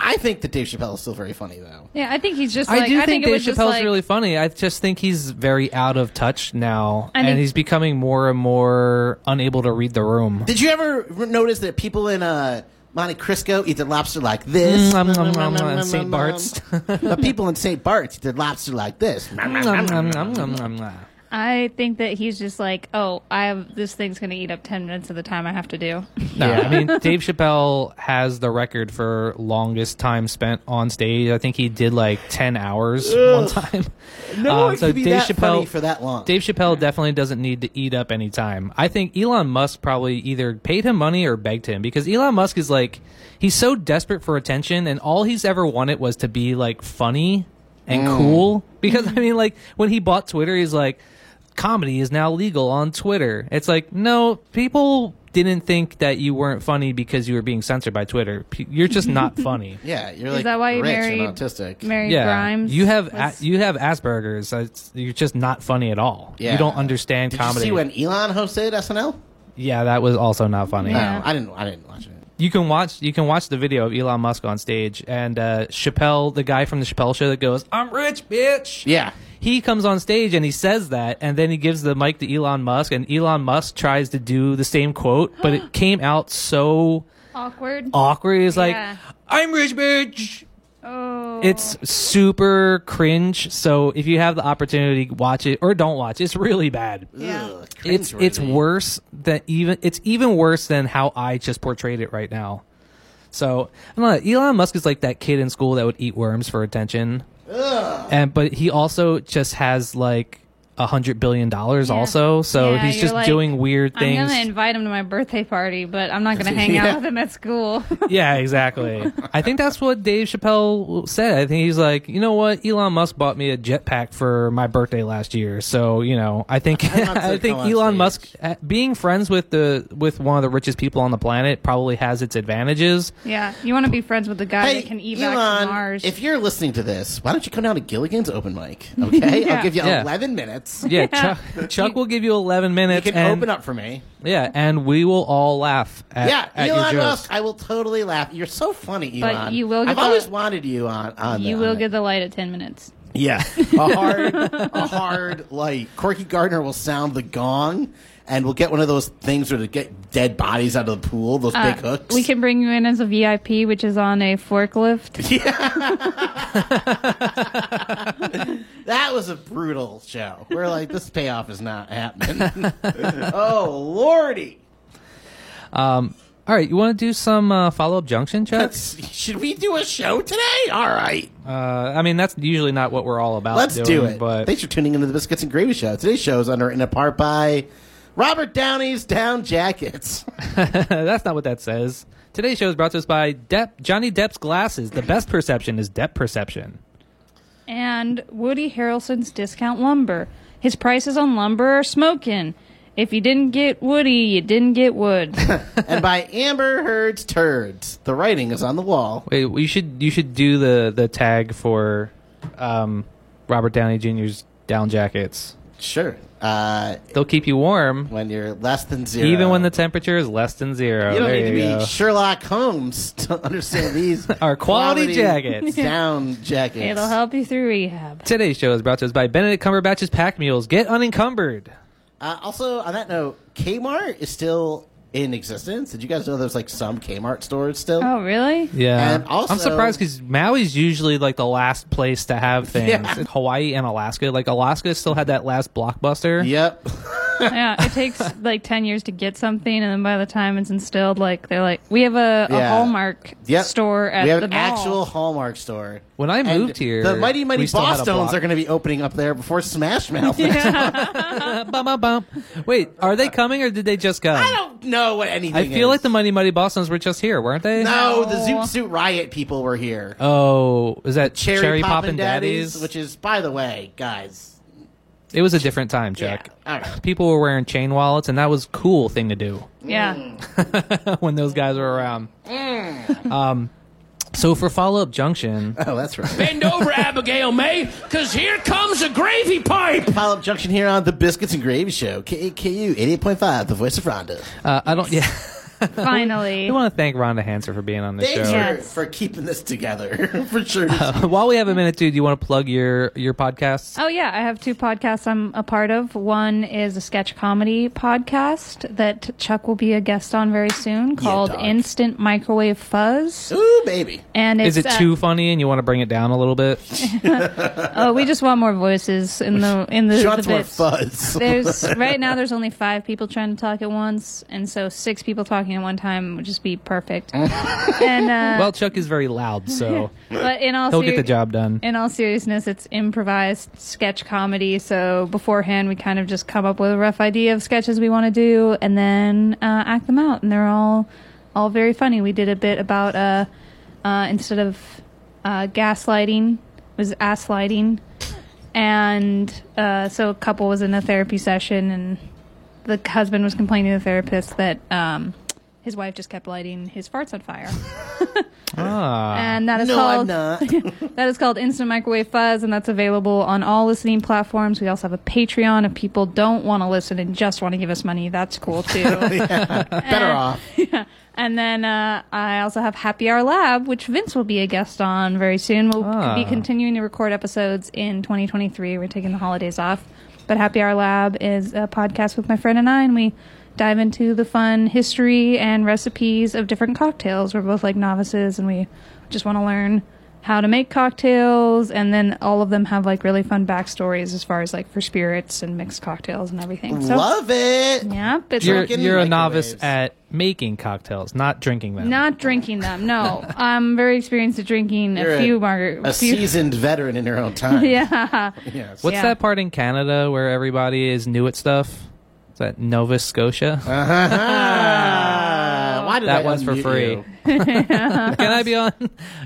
I think that Dave Chappelle is still very funny though. Yeah, I think he's just. I Like, do think, it Dave was Chappelle's just like, really funny. I just think he's very out of touch now, I and think- he's becoming more and more unable to read the room. Did you ever r- notice that people in uh, Monte Cristo eat their lobster like this? Nom, nom, Mm, Nom, nom, nom, nom, nom, and St. nom, Bart's. nom. but people in St. Bart's eat their lobster like this. Nom, nom, Nom, nom. nom, nom, nom, nom, nom. I think that he's just like, oh, I have this thing's gonna eat up ten minutes of the time I have to do. No, I mean Dave Chappelle has the record for longest time spent on stage. I think he did like ten hours one time. No Um, one so could be Dave that funny Chappelle- for that long. Dave Chappelle definitely doesn't need to eat up any time. I think Elon Musk probably either paid him money or begged him because Elon Musk is like he's so desperate for attention and all he's ever wanted was to be like funny and Hmm. cool because I mean like when he bought Twitter he's like comedy is now legal on Twitter. It's like no, people didn't think that you weren't funny because you were being censored by Twitter. P- You're just not funny. yeah, you're like that why you rich married- and autistic. Mary Yeah, Grimes. you have was- a- you have Asperger's. so it's- You're just not funny at all. You Yeah. don't understand Did comedy. you see when Elon hosted SNL? Yeah, that was also not funny. Yeah. No, I didn't. I didn't watch it. You can watch you can watch the video of Elon Musk on stage and uh, Chappelle, the guy from the Chappelle show that goes, "I'm rich, bitch." Yeah. He comes on stage and he says that, and then he gives the mic to Elon Musk, and Elon Musk tries to do the same quote, but it came out so awkward. awkward. He's like, Yeah. "I'm rich, bitch." oh, It's super cringe. So if you have the opportunity, watch it or don't watch. It's really bad. Yeah. Ugh, It's it's cringeworthy. worse than even it's even worse than how I just portrayed it right now. So I'm not, Elon Musk is like that kid in school that would eat worms for attention, and but he also just has like a hundred billion dollars Yeah. also. So Yeah, he's you're just like, doing weird things. I'm gonna invite him to my birthday party, but I'm not gonna hang Yeah. out with him at school. yeah, exactly. I think that's what Dave Chappelle said. I think he's like, you know what? Elon Musk bought me a jetpack for my birthday last year, so you know, I think not I so think come on Elon stage. Musk uh, being friends with the with one of the richest people on the planet probably has its advantages. yeah, you want to be friends with the guy Hey, that can eat back to Elon, Mars. if you're listening to this, why don't you come down to Gilligan's open mic? Okay, Yeah. I'll give you Yeah. 11 minutes. Yeah, Chuck, Chuck will give you eleven You minutes. can and, open up for me. Yeah, and we will all laugh. At, yeah, at your Elon jokes. Musk, I will totally laugh. You're so funny, But Elon. you will get I've the- always wanted you on. on you the- will on get it. the light at ten minutes. yeah, a hard, a hard like Corky Gardner will sound the gong, and we'll get one of those things where they get dead bodies out of the pool, those big Uh, hooks. we can bring you in as a VIP, which is on a forklift. That was a brutal show. We're like, this payoff is not happening. oh lordy! All right, you want to do some uh, follow up junction, Chuck? Should we do a show today? All right, Uh, I mean, that's usually not what we're all about. let's doing, do it. But Thanks for tuning into the Biscuits and Gravy Show. Today's show is underwritten in part by Robert Downey's Down Jackets. Uh, That's not what that says. Today's show is brought to us by Depp, Johnny Depp's glasses. The best perception is depth perception. and Woody Harrelson's discount lumber. His prices on lumber are smoking. If you didn't get Woody, you didn't get wood. and by Amber Heard's Turds. The writing is on the wall. Wait, you should you should do the the tag for um, Robert Downey Jr.'s down jackets. Sure. Uh, They'll keep you warm when you're less than zero. even when the temperature is less than zero. You don't There need to you be go. Sherlock Holmes to understand these. Our quality jackets. Down jackets. It'll help you through rehab. Today's show is brought to us by Benedict Cumberbatch's Pack Mules. Get unencumbered. Uh, also, on that note, Kmart is still in existence. Did you guys know there's like some Kmart stores still? Oh, really? Yeah, And also- I'm surprised because Maui's usually like the last place to have things. Yeah. Hawaii and Alaska, like Alaska, still had that last blockbuster. Yep. yeah, it takes like 10 years to get something, and then by the time it's instilled, like, they're like, we have a, a Yeah. Hallmark Yep. store at we have the an mall. actual Hallmark store. When I And moved here, the mighty mighty we still had a Boston's block- are going to be opening up there before Smash Mouth. Uh, bum, bum, bum. Wait, are they coming or did they just go? I don't know what anything. I feel is. like the Mighty Mighty Bostons were just here, weren't they? no, the No. Zoot Suit Riot people were here. Oh, is that Cherry, Pop Poppin' and Daddies, which is, by the way, guys. it was a different time, Jack. Yeah. All right. People were wearing chain wallets, and that was a cool thing to do. Mm. Yeah. when those guys were around. Um, Mm. so for follow up junction, Oh, that's right. Bend over, Abigail May, because here comes a gravy pipe. Pile Up Junction here on the Biscuits and Gravy Show, KAKU 88.5, the voice of Rhonda. uh, I don't. Yeah, Finally. we want to thank Rhonda Hanser for being on the Thanks show. for, for keeping this together, for sure. While we have a minute, dude, you want to plug your your podcasts? Oh yeah, I have two podcasts I'm a part of. One is a sketch comedy podcast that Chuck will be a guest on very soon called dog. Instant Microwave Fuzz. Ooh, baby. And it's, Is it uh, too funny and you want to bring it down a little bit? Oh, we just want more voices in the in the, She the wants more bits. fuzz. There's right now there's only five people trying to talk at once, and so six people talking at one time would just be perfect. and uh, Well, Chuck is very loud, so but in all he'll get seri- the job done. In all seriousness, it's improvised sketch comedy. So beforehand, we kind of just come up with a rough idea of sketches we want to do, and then uh, act them out. And they're all all very funny. We did a bit about uh, uh, instead of uh, gaslighting it was ass lighting, and uh, so a couple was in a therapy session, and the husband was complaining to the therapist that. Um, his wife just kept lighting his farts on fire, Ah, and that is No, called I'm not. that is called Instant Microwave Fuzz, and that's available on all listening platforms. We also have a Patreon. If people don't want to listen and just want to give us money, that's cool too. Better off. And then uh, I also have Happy Hour Lab, which Vince will be a guest on very soon. We'll Ah. be continuing to record episodes in 2023. We're taking the holidays off. But Happy Hour Lab is a podcast with my friend and I, and we dive into the fun history and recipes of different cocktails. We're both like novices, and we just want to learn how to make cocktails. And then all of them have like really fun backstories as far as like for spirits and mixed cocktails and everything. So, Love it. yeah, it's you're Dunkin' you're a novice microwaves. at making cocktails, not drinking them. Not drinking them. No, I'm very experienced at drinking You're a few margar- a few- seasoned veteran in her own time. Yeah, Yes. What's yeah. that part in Canada where everybody is new at stuff? Is that Nova Scotia? Uh, why did that I one's for unmute free. you? Can I be on?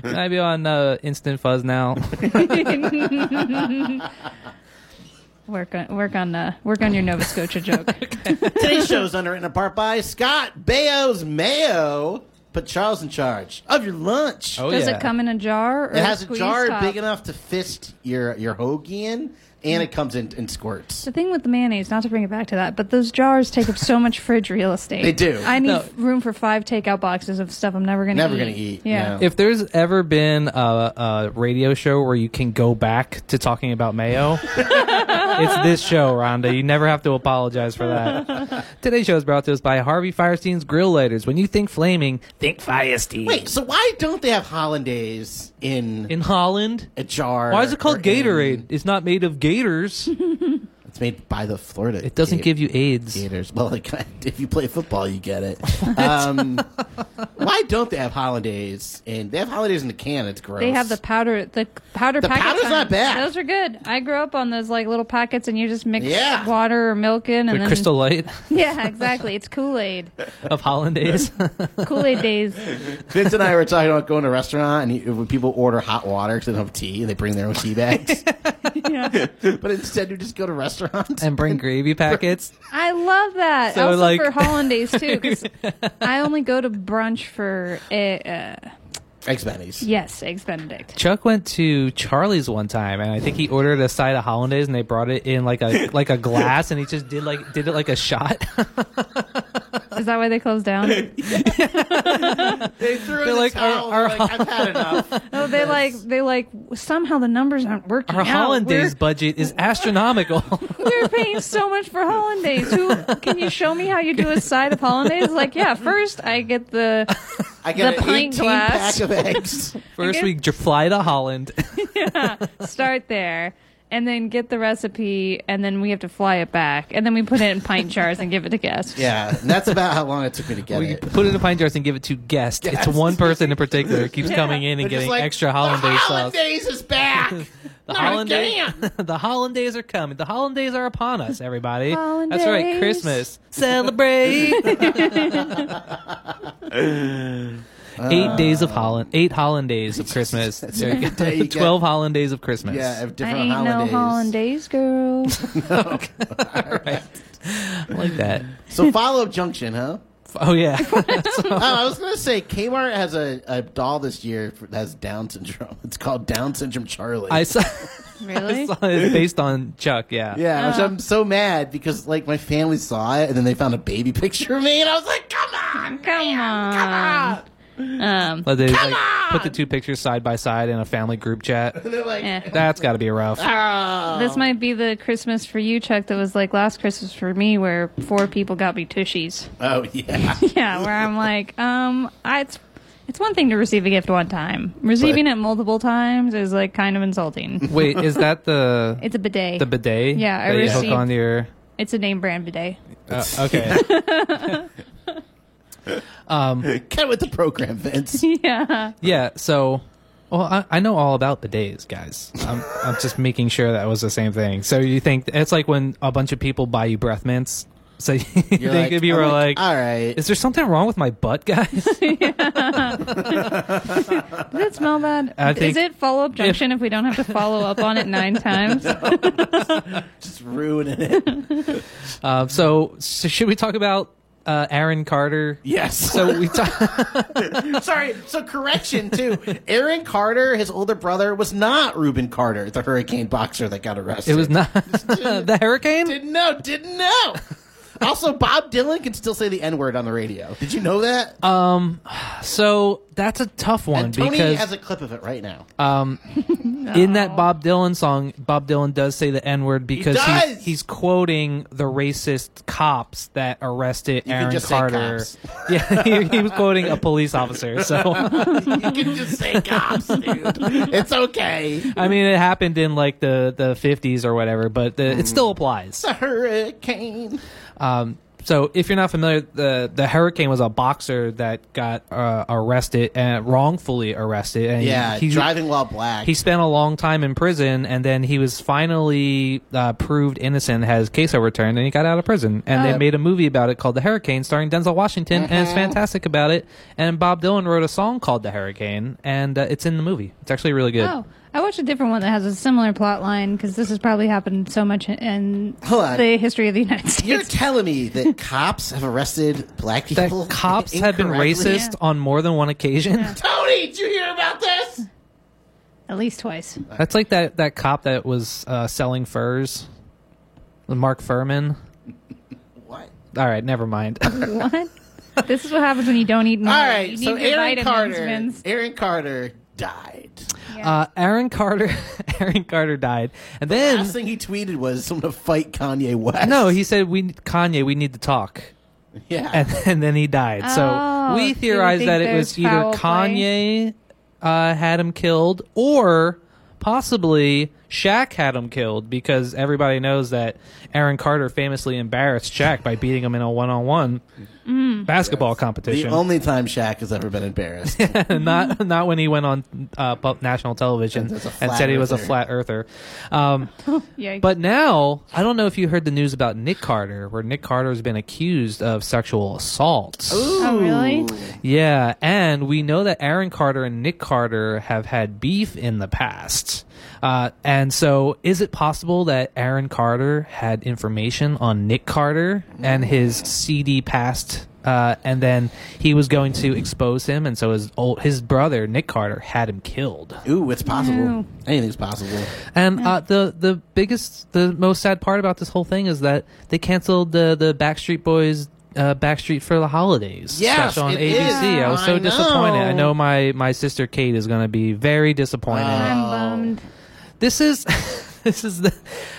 Can I be on uh, Instant Fuzz now? work on work on uh, work on your Nova Scotia joke. Today's show is underwritten in part by Scott Baio's Mayo. Put Charles in charge of your lunch. Oh, Does yeah. it come in a jar? Or It has a squeeze jar top? big enough to fist your your hoagie in, and it comes in in squirts. The thing with the mayonnaise, not to bring it back to that, but those jars take up so much fridge real estate. They do. I need No. f- room for five takeout boxes of stuff I'm never gonna Never eat. gonna eat, Yeah. no. If there's ever been a, a radio show where you can go back to talking about mayo, it's this show, Rhonda. You never have to apologize for that. Today's show is brought to us by Harvey Firestein's Grill Lighters. When you think flaming, think Firestein. Wait, so why don't they have hollandaise in, in Holland, a jar? why is it or called in- Gatorade? It's not made of gators. It's made by the Florida. It doesn't give you AIDS. gators. Well, it kind if you play football, you get it. Um, why don't they have hollandaise? And they have hollandaise in the can. It's gross. They have the powder, the powder The packets. powder's on not it. bad. Those are good. I grew up on those like little packets, and you just mix Yeah. water or milk in, and The then Crystal Light Yeah, exactly. It's Kool Aid. of Hollandaise. Kool Aid days. Vince and I were talking about going to a restaurant and you, when people order hot water because they don't have tea and they bring their own tea bags. but instead, you just go to restaurants. and bring gravy packets. I love that. So, also like- for hollandaise too, 'cause I only go to brunch for eh, uh, uh, Eggs Benny's. Yes, eggs Benedict. Chuck went to Charlie's one time, and I think he ordered a side of hollandaise, and they brought it in like a like a glass, and he just did like did it like a shot. Is that why they closed down? They threw They're in like, the towel. our- They're like, I've had enough. No, Oh, they like they like somehow the numbers aren't working. Our out. hollandaise We're- budget is astronomical. We're paying so much for hollandaise. Who can you show me how you do a side of hollandaise? Like, yeah, first I get the I get The an pint 18 glass. pack of eggs. First, guess- we j- fly to Holland. start there, and then get the recipe, and then we have to fly it back, and then we put it in pint jars and give it to guests. yeah, and that's about how long it took me to get We it. put it in pint jars and give it to guests. It's one person in particular who keeps coming in and They're just getting like, extra hollandaise the sauce. Hollandaise is back. The hollandaise, the hollandaise are coming. The hollandaise are upon us, everybody. That's right, Hollandaise. Christmas celebrate. eight days of Holland, eight hollandaise of Christmas. There you There you go. go. Twelve hollandaise of Christmas. yeah, I have I different ain't hollandaise. no hollandaise girl. I like that. So follow up junction, huh? Oh yeah, Oh, I was gonna say Kmart has a, a doll this year for, that has Down syndrome. It's called Down syndrome Charlie. I saw. I Really? saw it based on Chuck. Yeah. yeah, which I'm so mad because like my family saw it and then they found a baby picture of me and I was like, come on, Come on. Um, But they like, put the two pictures side by side in a family group chat. and they're like, eh. That's got to be rough. oh. This might be the Christmas for you, Chuck, that was like last Christmas for me, where four people got me tushies. oh yeah, Yeah, where I'm like, um, I, it's it's one thing to receive a gift one time. Receiving it multiple times is like kind of insulting. Wait, is that the It's a bidet. the bidet? Yeah, I that you hook received- on your. it's a name brand bidet. Uh, okay. get with the program, Vince. yeah. yeah. So, well, I, I know all about bidets, guys. I'm, I'm just making sure that was the same thing. So you think it's like when a bunch of people buy you breath mints. So you think like- if you I'm were like, like, all right. is there something wrong with my butt, guys? Does it smell bad? I think- is it follow up junction if, we don't have to follow up on it nine times? Just ruining it. um, so, so should we talk about uh, Aaron Carter? Yes. So we talk. Sorry. So correction too. Aaron Carter, his older brother, was not Reuben Carter, the hurricane boxer that got arrested. It was not the hurricane. Didn't know. Didn't know. also, Bob Dylan can still say the N word on the radio. Did you know that? Um, So that's a tough one and Tony because Uh, has a clip of it right now. in Oh. that Bob Dylan song, Bob Dylan does say the N word because he's, does! he's quoting the racist cops that arrested You can Aaron just say Carter. cops. Yeah, he, he was quoting a police officer. So you can just say cops, dude. It's okay. I mean, it happened in like the the fifties or whatever, but the, Hmm. it still applies. The hurricane. Um, so if you're not familiar, the the Hurricane was a boxer that got uh, arrested and wrongfully arrested, and Yeah, he, driving while black. he spent a long time in prison and then he was finally uh, proved innocent had his case overturned and he got out of prison and Oh. they made a movie about it called the hurricane starring denzel washington and Mm-hmm. it's fantastic about it and bob dylan wrote a song called the hurricane and uh, it's in the movie it's actually really good Oh, I watched a different one that has a similar plot line because this has probably happened so much in, in Hold on. the history of the United You're States. telling me that cops have arrested black that people? cops have been incorrectly? racist on more than one occasion Tony, did you hear about this? At least twice. that's like that, that cop that was uh, selling furs mark furman What? all right never mind What? This is what happens when you don't eat. All right, you so need your Aaron vitamins, Carter, Vince. Aaron Carter died. uh, aaron carter aaron carter died and then Last thing he tweeted was, "I'm gonna fight Kanye West." No, he said we Kanye, we need to talk. yeah, And, and then he died. so Oh, so we you theorized think that it there's was either foul Kanye uh, had him killed or possibly Shaq had him killed because everybody knows that Aaron Carter famously embarrassed Shaq by beating him in a one-on-one Mm. basketball the competition. only time Shaq has ever been embarrassed. not not when he went on uh, pu- national television As a and flat said he was a earther. flat earther. Um, Yikes. But now, I don't know if you heard the news about Nick Carter, where Nick Carter has been accused of sexual assault. oh really? Yeah, and we know that Aaron Carter and Nick Carter have had beef in the past. Uh, and so, is it possible that Aaron Carter had information on Nick Carter and his CD past uh, and then he was going to expose him, and so his old his brother Nick Carter had him killed. Ooh, it's possible. No. Anything's possible. And uh, the the biggest, the most sad part about this whole thing is that they canceled the the Backstreet Boys. Uh, Backstreet for the holidays Yes, special on it ABC. is. I was so I disappointed. I know. know my my sister Kate is going to be very disappointed. I'm bummed. this is this is the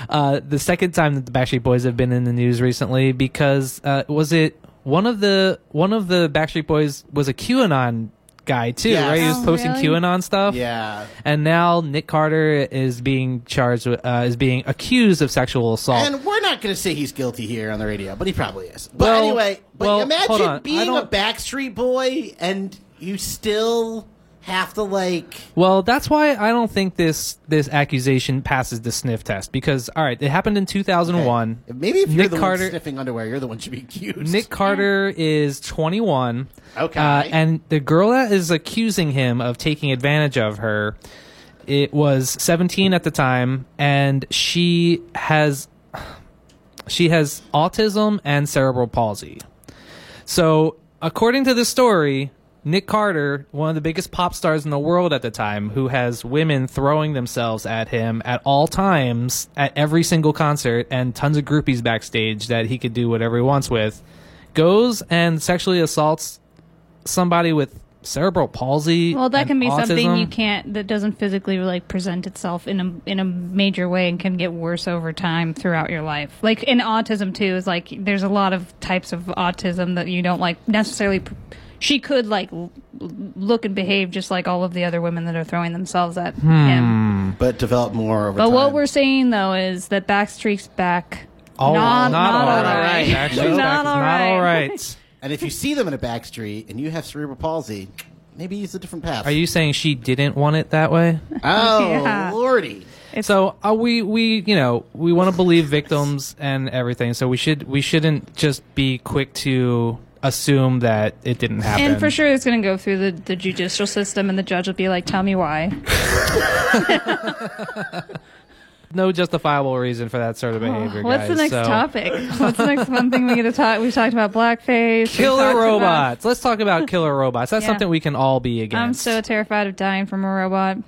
uh, the second time that the Backstreet Boys have been in the news recently because uh, was it one of the one of the Backstreet Boys was a QAnon guy too, Yes. right? He was Oh, posting really? QAnon stuff. Yeah. And now Nick Carter is being charged with, uh, is being accused of sexual assault. And we're not going to say he's guilty here on the radio, but he probably is. But Well- anyway, but well, hold on. I imagine being a don't- Backstreet Boy and you still have to like. Well, that's why I don't think this this accusation passes the sniff test because all right, it happened in 2001. Maybe if you're Nick the Carter- one sniffing underwear, you're the one should be accused. Nick Carter is 21. Okay. Uh, and the girl that is accusing him of taking advantage of her, it was 17 at the time, and she has she has autism and cerebral palsy. So, according to the story, Nick Carter, one of the biggest pop stars in the world at the time, who has women throwing themselves at him at all times, at every single concert, and tons of groupies backstage that he could do whatever he wants with, goes and sexually assaults somebody with cerebral palsy. Well, that and can be something autism. you can't that doesn't physically like present itself in a in a major way and can get worse over time throughout your life. Like in autism too is like there's a lot of types of autism that you don't like necessarily. pr- She could like l- look and behave just like all of the other women that are throwing themselves at him. but develop more over Oh, But time. what we're saying though is that Backstreet's back. Oh, All, not, Oh, not all right. Actually, Not that's all Not all right. right. and if you see them in a Backstreet and you have cerebral palsy, maybe use a different path. Are you saying she didn't want it that way? Oh Yeah. lordy! so uh, we we you know we want to believe victims and everything. So we should we shouldn't just be quick to assume that it didn't happen. And for sure, it's going to go through the, the judicial system, and the judge will be like, "Tell me why." no justifiable reason for that sort of behavior. Oh, What's the guys. next So- topic? What's the next fun thing we get to talk? We've talked about blackface. we've talked Killer about- robots. Let's talk about killer robots. That's Yeah. something we can all be against. I'm so terrified of dying from a robot.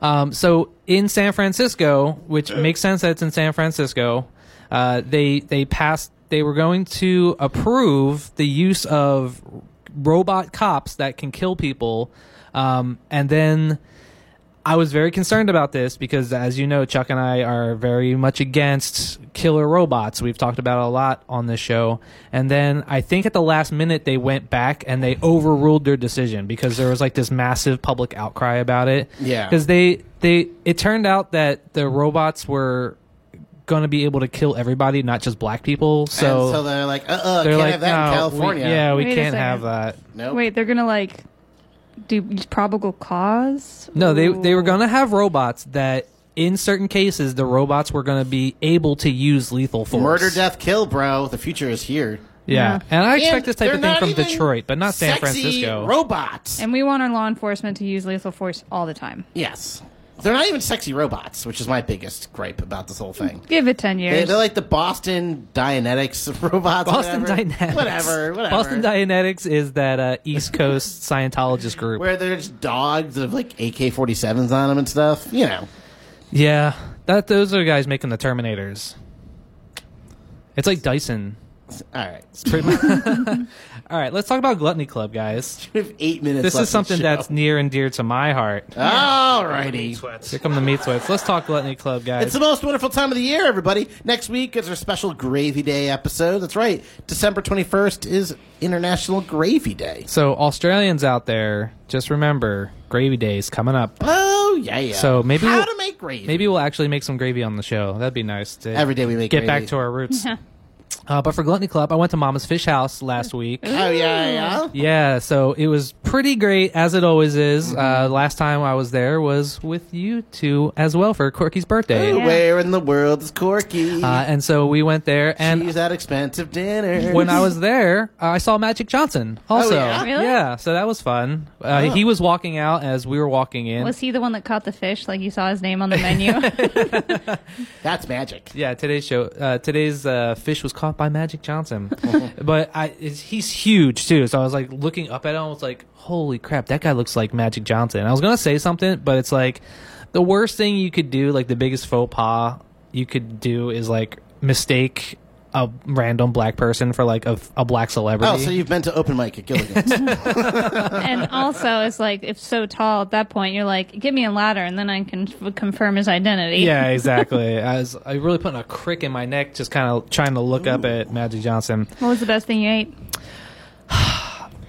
Um, so in San Francisco, which makes sense that it's in San Francisco, uh, they they passed. They were going to approve the use of robot cops that can kill people, um, and then. I was very concerned about this because, as you know, Chuck and I are very much against killer robots. We've talked about it a lot on this show. And then I think at the last minute they went back and they overruled their decision because there was like this massive public outcry about it. Yeah. Because they they it turned out that the robots were going to be able to kill everybody, not just black people. So, and so they're like, uh, uh they're can't like, have that in "No, we- California. yeah, we Wait a can't second. have that. Nope. Wait, they're gonna like do use probable cause? No, they they were Ooh. going to have robots that in certain cases the robots were going to be able to use lethal force. murder, death, kill, bro. The future is here. Yeah. Yeah. And I expect And this type they're of thing not from even Detroit, but not San sexy Francisco. Robots. And we want our law enforcement to use lethal force all the time. yes, they're not even sexy robots, which is my biggest gripe about this whole thing. Give it ten They, years. they're like the Boston Dianetics of robots. Boston whatever. Dynamics. Whatever, whatever. Boston Dianetics is that uh, East Coast Scientologist group. Where there's dogs that have like AK 47s on them and stuff. You know. yeah. That those are the guys making the Terminators. It's like Dyson. All right. It's pretty much. All right, let's talk about Gluttony Club, guys. We have eight minutes This left is something in the show. that's near and dear to my heart. All righty. Here come the meat sweats. Let's talk Gluttony Club, guys. It's the most wonderful time of the year, everybody. Next week is our special Gravy Day episode. That's right. December 21st is International Gravy Day. So Australians out there, just remember Gravy Day's coming up. Oh, yeah, yeah. So maybe How we'll- to make gravy. Maybe we'll actually make some gravy on the show. That'd be nice. To Every day we make get gravy. back to our roots. uh, but for Gluttony Club, I went to Mama's Fish House last week. Oh, yeah, yeah. Yeah, so it was pretty great as it always Mm-hmm. is. Uh, last time I was there was with you two as well for Corky's birthday. Yeah. Where in the world is Corky? Uh, and so we went there, and She's at expensive dinner. when I was there, uh, I saw Magic Johnson also. Oh, yeah? Oh. Really? Yeah, so that was fun. Uh, He was walking out as we were walking in. Mm. Was he the one that caught the fish? Like you saw his name on the menu? That's magic. yeah, today's show, uh, today's uh, fish was caught by Magic Johnson, but I, it's, he's huge too. So I was like looking up at him, I was like, "Holy crap, that guy looks like Magic Johnson." I was gonna say something, but it's like the worst thing you could do, like the biggest faux pas you could do, is like mistake a random black person for like a, a black celebrity. Oh, so you've been to open mic at Gilligan's. and also, it's like if so tall at that point, you're like, give me a ladder, and then I can f- confirm his identity. Yeah, exactly. I was I really putting a crick in my neck, just kind of trying to look up at Magic Johnson. What was the best thing you ate?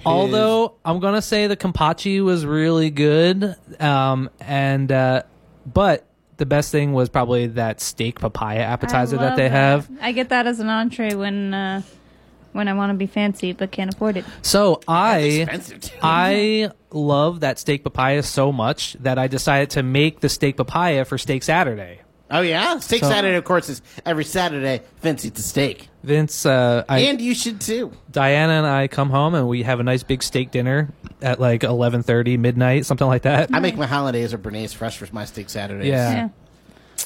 Although I'm gonna say the Kampachi was really good, um, and uh, but the best thing was probably that steak papaya appetizer I love that they have. I get that as an entree when uh, when I want to be fancy but can't afford it. So I expensive too. Uh, I love that steak papaya so much that I decided to make the steak papaya for Steak Saturday. oh yeah, steak Saturday of course is every Saturday. Fancy to steak, Vince, uh, I, and you should too. Diana and I come home and we have a nice big steak dinner at like 11:30 midnight something like that. I make my holidays or Bernays fresh for my steak Saturdays. Yeah. Yeah.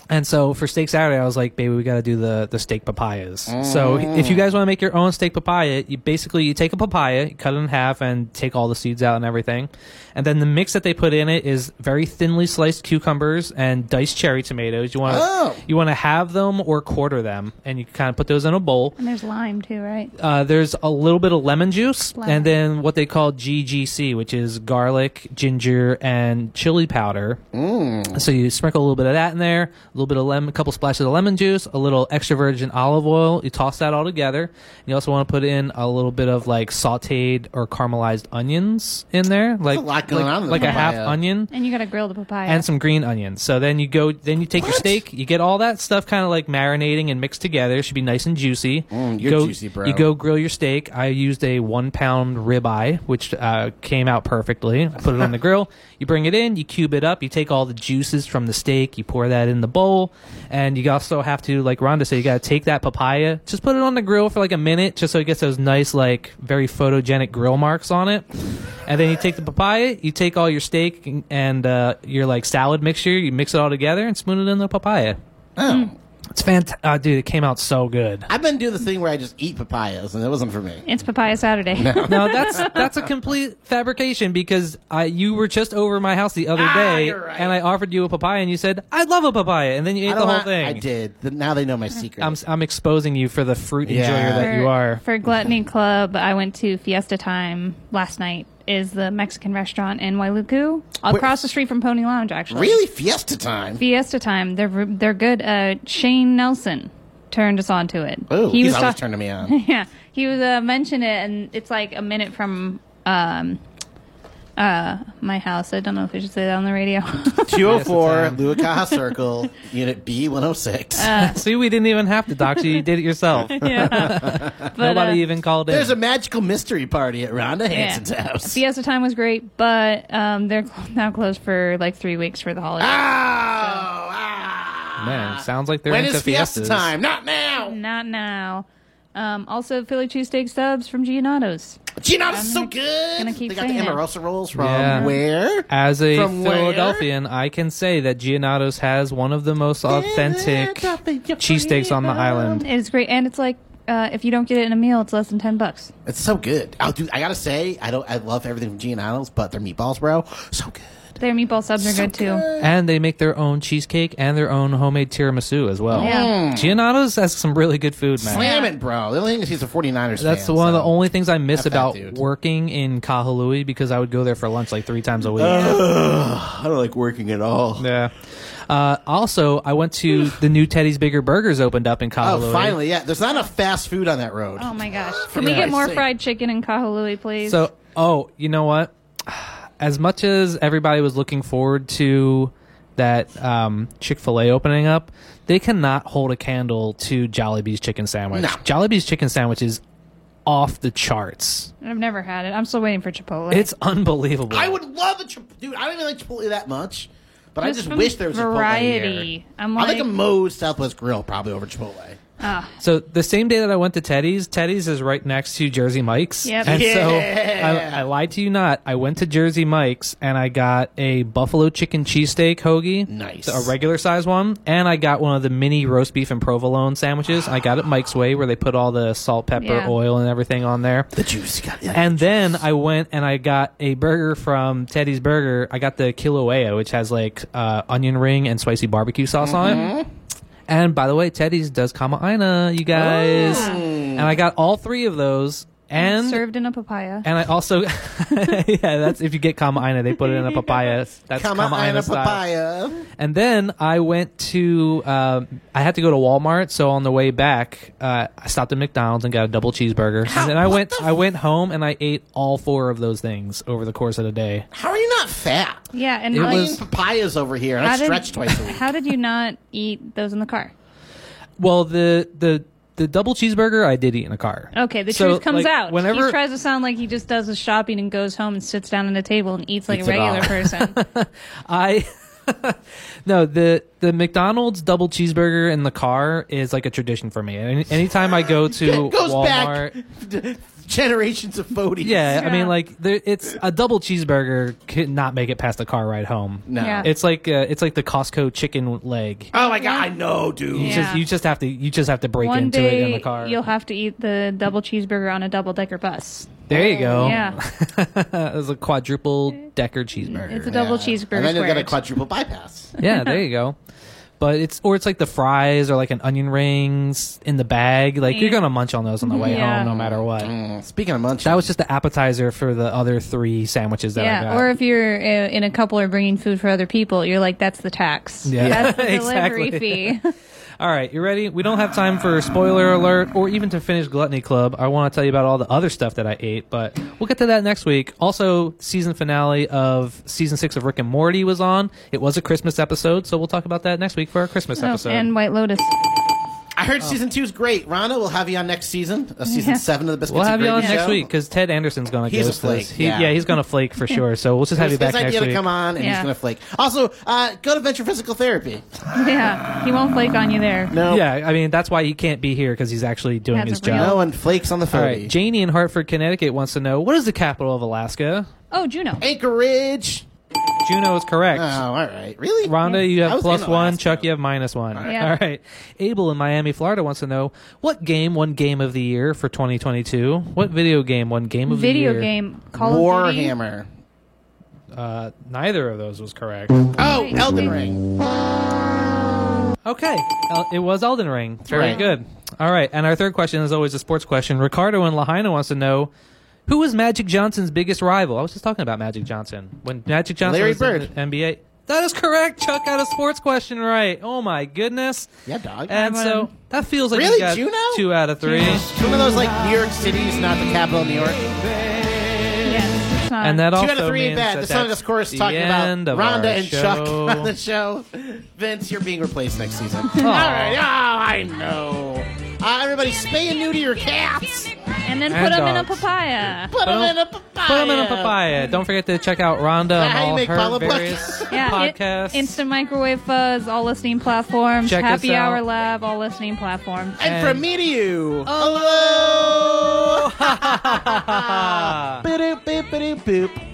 And so for steak Saturday I was like, "Baby, we got to do the the steak papayas." So if you guys want to make your own steak papaya, you basically you take a papaya, you cut it in half and take all the seeds out and everything. And then the mix that they put in it is very thinly sliced cucumbers and diced cherry tomatoes. You want to Oh. you want to have them or quarter them and you kind of put those in a bowl. And there's lime too, right? uh, there's a little bit of lemon juice Lemon. and then what they call GGC, which is garlic, ginger, and chili powder. Mm. So you sprinkle a little bit of that in there, a little bit of lemon, a couple splashes of lemon juice, a little extra virgin olive oil. You toss that all together. you also want to put in a little bit of like sauteed or caramelized onions in there, like a lot going like, on in the like a half papaya. onion And you got to grill the papaya. and some green onions. So then you go, then you take your What? steak, you get all that stuff kind of like marinating and mixed together. It should be nice and juicy. Mm, You you're go, juicy, bro. You go grill your steak. I used a one pound ribeye, which uh, came out perfectly. I put it on the grill. You bring it in, you cube it up, you take all the juices from the steak, you pour that in the bowl, and you also have to, like Rhonda said, you got to take that papaya, just put it on the grill for like a minute, just so it gets those nice, like very photogenic grill marks on it. And then you take the papaya, you take all your steak and- and uh, your like salad mixture, you mix it all together and spoon it in the papaya. Oh. It's fantastic, uh, dude! It came out so good. I've been doing the thing where I just eat papayas, and it wasn't for me. it's Papaya Saturday. No, that's that's a complete fabrication because I you were just over my house the other day Ah, you're right. and I offered you a papaya and you said I'd love a papaya and then you I ate the don't whole want- thing. I did. Th- Now they know my secret. I'm I'm exposing you for the fruit Yeah. enjoyer that you are. For Gluttony Club, I went to Fiesta Time last night. Is the Mexican restaurant in Wailuku, across the street from Pony Lounge, actually. really fiesta time. Fiesta Time. They're they're good. Uh, Shane Nelson turned us on to it. Oh, he's always talk- turning me on. Yeah, he was uh, mentioned it, and it's like a minute from um, uh, my house. I don't know if I should say that on the radio. 204 Luacaha Circle, Unit B106. See, we didn't even have to dox you. You did it yourself. but, Nobody uh, even called in. There's a magical mystery party at Rhonda Hansen's house. Fiesta Time was great, but um, they're cl- now closed for like three weeks for the holiday. Ah! Oh, ah. Man, sounds like they're when into is fiesta fiestas. Mm. time? Not now. Not now. Um, also, Philly cheesesteak subs from Giannato's. Gino's is so good. gonna keep they got the saying it. Amarosa rolls from Yeah. Uh, where? As a From where? Philadelphian, I can say that Giannato's has one of the most authentic cheesesteaks on the island. It's great, and it's like uh, if you don't get it in a meal, it's less than ten bucks. It's so good. Oh, dude, I gotta say, I don't. I love everything from Giannato's, but their meatballs, bro, so good. Their meatball subs are good too. And they make their own cheesecake and their own homemade tiramisu as well. Yeah. Giannato's has some really good food, man. Mm. Slam it, bro. The only thing is he's a 49ers fan. That's one of the so- only things I miss F that about dude. working in Kahului because I would go there for lunch like three times a week. Ugh, I don't like working at all. yeah. Uh, also, I went to the new Teddy's Bigger Burgers opened up in Oh, Kahului. finally, yeah. There's not enough fast food on that road. Oh my gosh! Can we get Christ's more sake. fried chicken in Kahului, please? So, oh, you know what? As much as everybody was looking forward to that um, Chick Fil A opening up, they cannot hold a candle to Jollibee's chicken sandwich. No. Jollibee's chicken sandwich is off the charts. I've never had it. I'm still waiting for Chipotle. It's unbelievable. I would love a Chipotle. Dude, I don't even like Chipotle that much, but I Just just from wish there was A Chipotle here. variety. I'm I like, like a Moe's Southwest Grill probably over Chipotle. So the same day that I went to Teddy's, Teddy's is right next to Jersey Mike's. Yep. And Yeah. so I, I lied to you not. I went to Jersey Mike's and I got a buffalo chicken cheesesteak hoagie. Nice. A regular size one. And I got one of the mini roast beef and provolone sandwiches. I got it Mike's Way where they put all the salt, pepper, Yeah. oil, and everything on there. The juice got yeah. And then I went and I got a burger from Teddy's Burger. I got the Kilauea, which has like uh, onion ring and spicy barbecue sauce on it. And by the way, Teddy's does Kamaaina, you guys. And I got all three of those. And served in a papaya. and I also, yeah, that's if you get Kamaaina, they put it in a papaya. That's Kamaaina Kamaaina style. papaya. And then I went to, um, I had to go to Walmart. So on the way back, uh, I stopped at McDonald's and got a double cheeseburger. and then I went, I went home and I ate all four of those things over the course of the day. How are you not fat? yeah, and It like, I'm was- eating papayas over here. and I how did- stretch twice a week. How did you not eat those in the car? Well, the the the double cheeseburger I did eat in a car. Okay, the So, truth like, comes out. Whenever he tries to sound like he just does his shopping and goes home and sits down at a table and eats like Eats a it regular all. person. I. no, the the McDonald's double cheeseburger in the car is like a tradition for me. Any, anytime I go to It goes Walmart, back generations of foodies. yeah, I Yeah. mean, like there, it's a double cheeseburger could not make it past the car ride home. No. Yeah. It's like uh, it's like the Costco chicken leg. Oh my god, I know, dude. You just Yeah. you just have to you just have to break One into day it in the car. you'll have to eat the double cheeseburger on a double decker bus. there you go. Yeah, it was a quadruple decker cheeseburger. it's a double cheeseburger. And then you'll get a squared. quadruple bypass. yeah, there you go. But it's or it's like the fries or like an onion rings in the bag. Like you're Yeah. gonna munch on those on the way Yeah. home, no matter what. Mm, Speaking of munch, That was just the appetizer for the other three sandwiches that I yeah, got. or if you're uh, in a couple or bringing food for other people, you're like, that's the tax. Yeah. that's the Exactly. delivery fee. all right, you ready? We don't have time for spoiler alert or even to finish Gluttony Club. I want to tell you about all the other stuff that I ate, but we'll get to that next week. Also, season finale of season six of Rick and Morty was on. It was a Christmas episode, so we'll talk about that next week for our Christmas Oh, episode. and White Lotus. Oh. I heard season two is great. Rhonda, we'll have you on next season, uh, season Yeah. seven of the Biscuits. We'll and have you on Gravy next Show. week because Ted Anderson's going to He's a ghost us. flake, He, yeah. yeah. he's going to flake for sure. So we'll just have you It's back his next idea week. to come on, and Yeah. he's gonna flake. Also, uh, go to Venture Physical Therapy. Yeah, he won't flake on you there. No, Yeah, I mean that's why he can't be here because he's actually doing That's his real. job. no one flakes on the All phone. right, Janie in Hartford, Connecticut wants to know what is the capital of Alaska? Oh, Juno. Anchorage. Juno is correct. Oh, all right. Really? Rhonda, you I have was plus in one. Alaska. Chuck, you have minus one. Yeah. All right. Abel in Miami, Florida wants to know what game won game of the year for 2022? What video game won game of Video the year? game Call of Duty. Warhammer. Uh, neither of those was correct. Oh, Wait, Elden wait. Ring. Okay, El- it was Elden Ring. Very Right. good. All right, and our third question is always a sports question. Ricardo in Lahaina wants to know who was Magic Johnson's biggest rival. I was just talking about Magic Johnson when Magic Johnson Larry was in Bird. the NBA. That is correct. Chuck got a sports question right. Oh my goodness. Yeah, dog. And I so won. that feels like Really? you got Juno? two out of three. It's one of those like New York City is not the capital of New York. Yes, it's not. And that Two also out of three means bad. The that son of that's this chorus the is talking about end of Rhonda our and Chuck show. on the show. Vince, you're being replaced next season. All right. Oh, I know. Uh, everybody, spay and neuter your cats. And then And put them in a dogs. papaya. Put them Put 'em- in a papaya. Put them in a papaya. Don't forget to check out Rhonda on How you all make her Paula Black? various Yeah, in- podcasts. instant microwave fuzz, all listening platforms, Check us happy hour out. lab, all listening platforms. And, And- from me to you. Ah. Hello. Boop, boop, boop, boop.